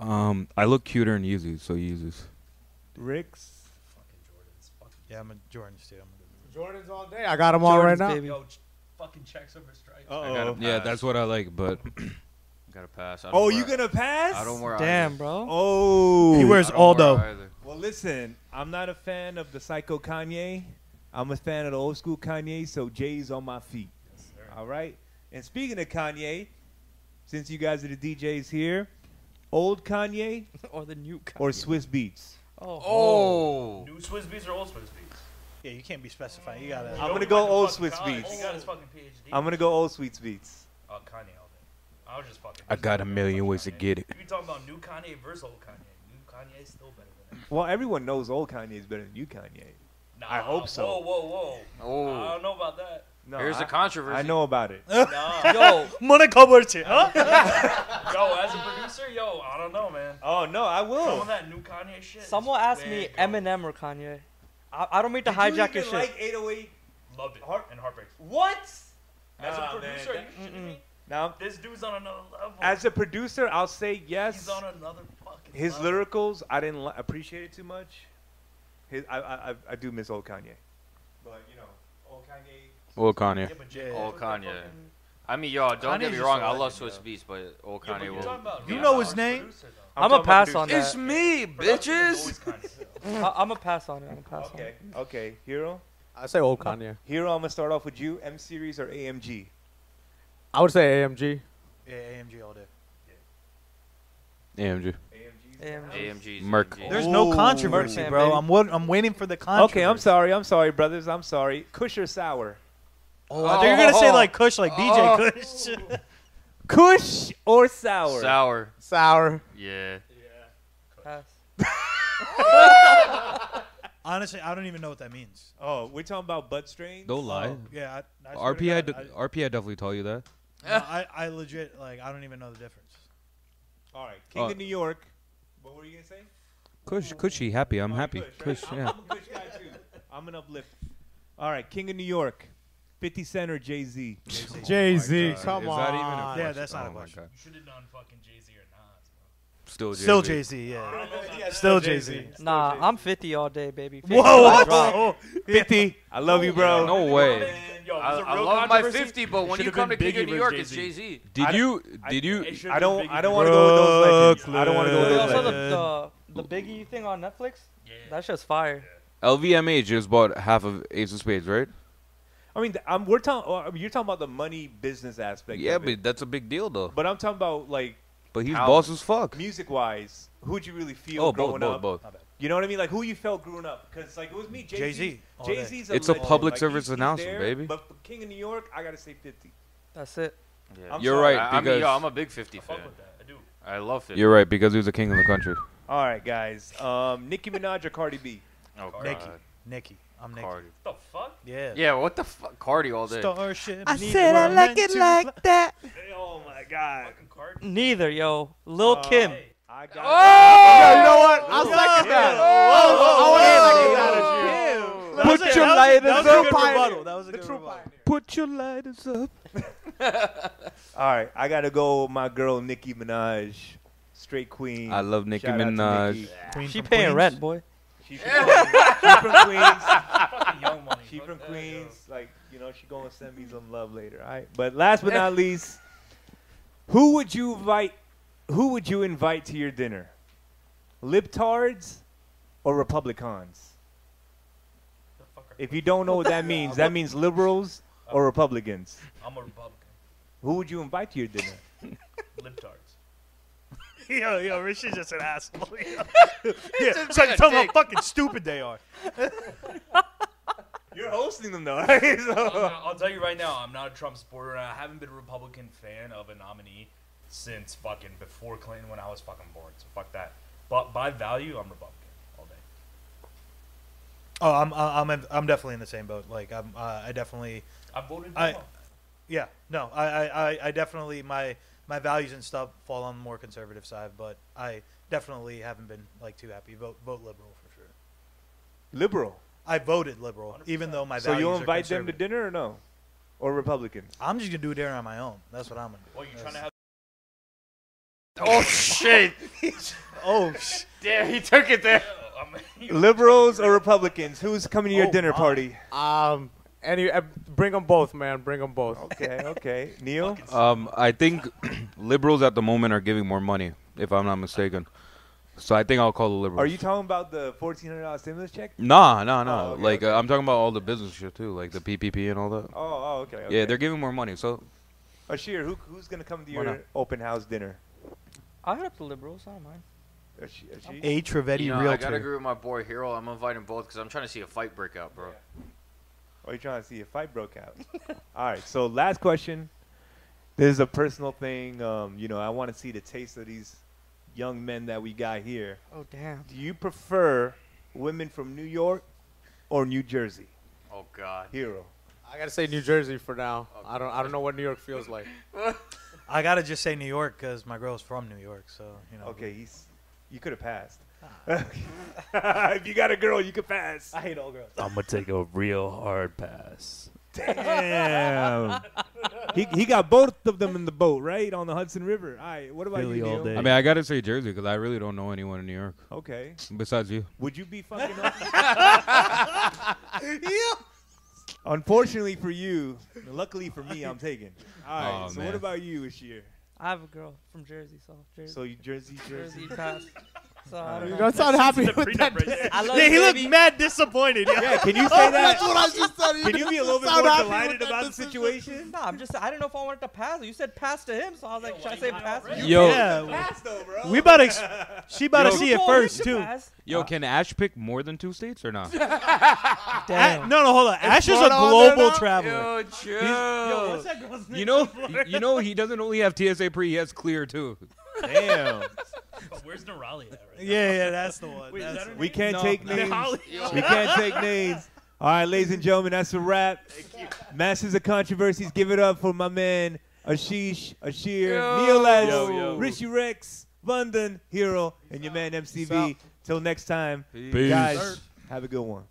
S3: um, I look cuter in Yeezys, so Yeezys.
S1: Ricks.
S5: Yeah, I'm a Jordan's too. I'm
S2: Jordans all day. I got them all right
S6: Jordan's
S2: now.
S6: baby.
S7: Yo, ch- fucking checks over stripes.
S8: gotta-
S1: Oh,
S3: Yeah,
S8: Pass.
S3: that's what I like. But
S8: Gotta pass. I don't
S1: oh,
S8: wear,
S1: you gonna pass?
S8: I don't wear.
S6: Damn,
S8: either.
S6: bro.
S1: Oh,
S5: He
S8: I
S5: wears
S8: don't
S5: Aldo.
S8: wear either.
S1: Well, listen, I'm not a fan of the psycho Kanye. I'm a fan of the old school Kanye, so Jay's on my feet. All right. And speaking of Kanye, since you guys are the DJs here, old Kanye
S6: Or the new. Kanye.
S1: or Swiss Beats?
S6: Oh.
S8: Oh.
S7: New Swiss Beats or old Swiss Beats?
S5: yeah, you can't be specifying. You gotta.
S1: I'm
S7: Yo,
S1: gonna
S7: he
S1: go
S7: went to
S1: old
S7: fucking
S1: Swiss
S7: college.
S1: Beats.
S7: He got his fucking PhD.
S1: I'm gonna go old Sweets Beats.
S7: Oh, Kanye all day. I was just fucking.
S3: I got a million ways to get it.
S7: You be talking about new Kanye versus old Kanye. New Kanye is still better than
S1: Well, everyone knows old Kanye is better than you, Kanye.
S7: that.
S1: I
S7: Nah,
S1: hope so.
S7: Whoa, whoa, whoa. I
S8: Oh.
S7: don't know about that.
S1: No,
S8: Here's
S1: I,
S8: a controversy.
S1: I know about it.
S7: Nah.
S6: Yo,
S5: Monaco Berti, huh?
S7: yo, as a producer, yo, I don't know, man.
S1: Oh no, I will.
S7: Some of that new Kanye shit. is
S6: someone asked
S7: way
S6: me
S7: gone.
S6: Eminem or Kanye. I, I don't mean to hijack your shit.
S1: like 808?
S7: Loved it.
S1: Heart-
S7: and Heartbreak.
S1: What?
S7: As
S1: Nah,
S7: a
S1: man,
S7: producer,
S1: that-
S7: are you shitting me?
S1: Now,
S7: This dude's on another level.
S1: as a producer, I'll say yes.
S7: He's on another fucking.
S1: His
S7: level.
S1: lyricals, I didn't li- appreciate it too much. His, I, I, I, I do miss old Kanye. But you know, old Kanye.
S3: Well, Kanye.
S7: Yeah, but Jay,
S8: Old
S7: that's what the
S8: Oh, Kanye.
S7: fucking-
S8: I mean, y'all, don't
S5: Kanye's
S8: get me
S5: just
S8: wrong.
S5: a
S8: I love
S5: legend,
S8: Swiss
S5: though.
S8: Beats, but old
S7: Yeah, but
S8: Kanye
S7: you're
S8: will.
S7: talking about-
S5: You
S7: yeah,
S5: know
S7: but
S5: his
S7: he's
S5: name?
S7: producer, though.
S6: I'm a pass on that.
S8: It's me,
S7: Production
S8: bitches.
S7: is always Kanye.
S6: I, am a pass on it. I'm a pass on
S1: Okay,
S6: it.
S1: okay. Hero,
S2: I say old Kanye.
S1: Hero. I'm gonna start off with you. M series or AMG?
S2: I would say AMG.
S5: Yeah, AMG all day.
S3: AMG.
S6: AMG.
S8: AMG's.
S3: Merc.
S5: There's no
S1: Ooh.
S5: controversy,
S6: Merc
S5: bro.
S6: fan,
S5: I'm wait- I'm waiting for the controversy.
S1: Okay, I'm sorry. I'm sorry, brothers. I'm sorry. Kush or sour?
S5: Oh, I thought you were gonna say like Kush, like DJ Kush.
S1: Kush or sour?
S8: Sour.
S2: Sour.
S8: Yeah.
S6: Pass.
S5: Honestly, I don't even know what that means.
S1: Oh, we're talking about butt strains. Oh.
S3: Don't lie.
S5: Yeah, I, I swear to
S3: RPI,
S5: God,
S3: d- RPI definitely told you that.
S5: I, no, I, I legit like I don't even know the difference.
S1: All right, King
S3: Uh,
S1: of New York. What were you gonna say?
S3: Kush, Cushy, happy. I'm
S1: Oh,
S3: happy.
S1: right?
S3: Kush,
S1: I'm,
S3: yeah.
S1: I'm a Kush guy too. I'm an uplift. All right, King of New York, 50 Cent or Jay Z?
S2: Jay Z. Come
S3: Oh Is
S2: on.
S3: that even a question?
S5: Yeah, that's not
S3: oh
S5: a
S3: my
S5: question.
S3: God.
S7: You should have done fucking Jay Z or Nas. Bro.
S3: Still Jay-Z.
S5: Still Jay Z, yeah. Still Jay Z.
S6: Nah, I'm 50 all day, baby. 50
S5: Whoa,
S6: till I
S5: what?
S6: drop.
S5: Oh,
S1: 50. I love you, bro.
S3: No way.
S7: Yo,
S8: I,
S7: there's a
S8: I
S7: real
S8: love my
S7: controversy.
S8: 50, but when you
S7: should've
S8: come to
S7: been
S8: King
S7: Biggie
S8: of New York,
S7: versus
S8: it's Jay Z.
S3: Did you?
S7: I-
S3: Did you?
S7: it should've
S1: I don't.
S7: been Biggie
S1: I don't want to
S7: versus-
S1: go with those legends. I don't want to go with
S6: Yo,
S1: those
S6: I saw
S1: legends.
S6: the, the, the Biggie thing on Netflix. That shit's fire.
S3: LVMH just bought half of Ace of Spades, right?
S1: I mean, th- I'm, we're talking. I mean, you're talking about the money business aspect.
S3: yeah,
S1: of it.
S3: but that's a big deal though.
S1: but I'm talking about like
S3: But he's
S8: Talent.
S3: boss as fuck.
S1: music wise. Who'd you really feel
S3: Oh, both,
S1: growing
S3: both,
S1: up?
S3: both.
S1: You know what I mean? Like who you felt growing up? Because like it was me, Jay Z.
S5: Jay-Z, all day.
S1: Jay Z's.
S3: It's a
S1: legend.
S3: public
S1: Like,
S3: service
S1: he's- he's
S3: announcement,
S1: there,
S3: baby.
S1: But for King of New York, I gotta say 50.
S6: That's it.
S8: Yeah.
S1: I'm
S3: You're
S1: sorry.
S3: right
S8: I, I mean,
S3: because
S8: yo, I'm a big 50 fan.
S7: Fuck with that. I do.
S8: I love 50.
S3: you're right because he was the king of the country.
S1: All right, guys. Um, Nicki Minaj or Cardi B?
S8: Oh, God.
S5: Nicki, Nicki, I'm Nicki.
S8: Cardi.
S7: What the fuck?
S5: Yeah.
S8: Yeah, what the fuck? Cardi all day.
S5: Starship.
S6: I
S5: Need
S6: said I
S5: One,
S6: like it
S5: two,
S6: like that.
S1: Oh my God.
S7: Fucking Cardi.
S6: Neither, yo. Lil Kim.
S1: I Oh, got. Oh!
S2: Yo, you know what? I'll second that.
S3: Oh,
S5: Put your
S2: lighters up, pioneer.
S5: That was a good rebuttal.
S3: Put your lighters up.
S1: All right, I gotta go. With my girl Nicki Minaj, straight queen.
S3: I love Nicki
S1: Shout out to
S3: Minaj.
S1: Nicki.
S5: Queen
S6: She
S5: from
S6: paying
S5: Queens.
S6: rent, boy.
S1: She's from, she from Queens.
S7: Fucking young money.
S1: She
S7: Fuck
S1: from
S7: that,
S1: Queens. Like, you know, she gonna send me some love later. All right. But last but not least, who would you invite? Who would you invite to your dinner? Liptards or Republicans?
S7: yo. The fucker.
S1: If you don't know what that means, that means liberals or Republicans.
S7: I'm a Republican.
S1: Who would you invite to your dinner?
S7: Libtards.
S5: yo, yo, Rich is just an asshole. yo. yeah, it's like tell them how fucking stupid they are.
S1: You're hosting them though, right?
S7: I'll, I'll tell you right now, I'm not a Trump supporter, and I haven't been a Republican fan of a nominee since fucking before Clinton when I was fucking born. So fuck that. But by value, I'm Republican all day.
S5: Oh, I'm, I'm, I'm, I'm definitely in the same boat. Like, I'm, uh, I definitely,
S7: I voted.
S5: I-
S7: Trump.
S5: yeah, no, I, I, I, I definitely my, my values and stuff fall on the more conservative side, but I definitely haven't been like too happy. Vote, vote liberal for sure.
S1: Liberal.
S5: I voted liberal, even though my
S1: So
S5: values
S1: you
S5: are
S1: invite them to
S5: conservative.
S1: dinner or no? Or Republicans?
S5: I'm just gonna do it there on my own. That's what I'm gonna do.
S7: Well, you trying to have?
S8: Oh, shit.
S5: Oh, sh-
S8: Damn, he took it there.
S7: I mean,
S1: Liberals or Republicans? Who's coming to your
S5: Oh,
S1: dinner
S5: my.
S1: party?
S2: Um, any, uh, bring them both, man. Bring them both.
S1: Okay, okay. Neil?
S3: Um, I think liberals at the moment are giving more money, if I'm not mistaken. So I think I'll call the liberals.
S1: Are you talking about the fourteen hundred dollar stimulus check?
S3: Nah, nah, nah.
S1: Oh, okay,
S3: like
S1: okay.
S3: Uh, I'm talking about all the business shit too, like the PPP and all that.
S1: Oh, oh okay, okay.
S3: Yeah, they're giving more money. So
S1: Ashir, who, who's gonna come to
S3: Why
S1: your
S3: not?
S1: open house dinner?
S6: I hit up the liberals. I don't mind.
S1: Ashi- Ashi-
S5: a Trevetti
S8: You know, I gotta
S5: realtor.
S8: agree with my boy Hero. I'm inviting both because I'm trying to see a fight break out, bro.
S1: Are you trying to see if fight broke out? All right. So last question. This is a personal thing. Um, you know, I want to see the taste of these young men that we got here.
S6: Oh, damn.
S1: Do you prefer women from New York or New Jersey?
S8: Oh God.
S1: Hero.
S2: I gotta say New Jersey for now. I don't, I don't know what New York feels like.
S5: I gotta just say New York because my girl's from New York, so you know.
S1: Okay, he's. You could have passed. if you got a girl, you could pass.
S5: I hate all girls.
S7: I'm gonna take a real hard pass.
S1: Damn. he, he got both of them in the boat, right? On the Hudson River. All right. What about
S5: Philly
S1: you,
S5: all
S1: Neil?
S5: day.
S3: I mean, I gotta say Jersey because I really don't know anyone in New York
S1: Okay.
S3: besides you.
S1: Would you be fucking Unfortunately for you, luckily for me, I'm taken. All right.
S3: Aw,
S1: so
S3: man.
S1: what about you, Ishir?
S6: I have a girl from Jersey, so Jersey.
S1: So you Jersey, Jersey.
S6: Jersey pass. So I don't know.
S2: That's not happy
S7: The
S2: with that.
S7: prenup right
S6: I love
S4: Yeah,
S6: you,
S4: he
S6: baby.
S4: looked mad disappointed.
S1: yeah, can you say
S2: That's
S1: that?
S2: what I just said.
S1: Can you be a little bit more
S2: Sound happy with
S1: delighted
S2: that
S1: about the
S2: decision.
S1: situation?
S6: Nah, I'm just. I didn't know if I wanted to pass. You said pass to him, so I was like, should I say pass? to you?
S3: Yo,
S4: Yeah,
S1: Pass though, bro.
S4: we about to. Ex- she about to
S3: Yo.
S4: see
S6: You
S4: it
S6: told him
S4: first
S6: to
S4: too.
S6: pass.
S3: yo, can Ash pick more than two states or not?
S4: A- no, no, hold on. Ash is a
S2: Florida on there
S4: global
S2: now?
S4: traveler.
S8: Yo, chill.
S3: you know, you know, he doesn't only have TSA pre; he has clear too.
S2: Damn.
S7: now. Where's Nerali at right
S4: Yeah, yeah, that's the one.
S7: Wait, is
S4: that's the
S7: that her
S4: one.
S1: We can't
S6: No,
S1: take
S7: now?
S1: names.
S7: Holly.
S1: We can't take names. All right, ladies and gentlemen, that's a wrap. Masters of Controversies, give it up for my man Ashish, Ashir, Neil Edge, Richie Rex, London, Hero, and your man MCV. Till next time, guys, have a good one.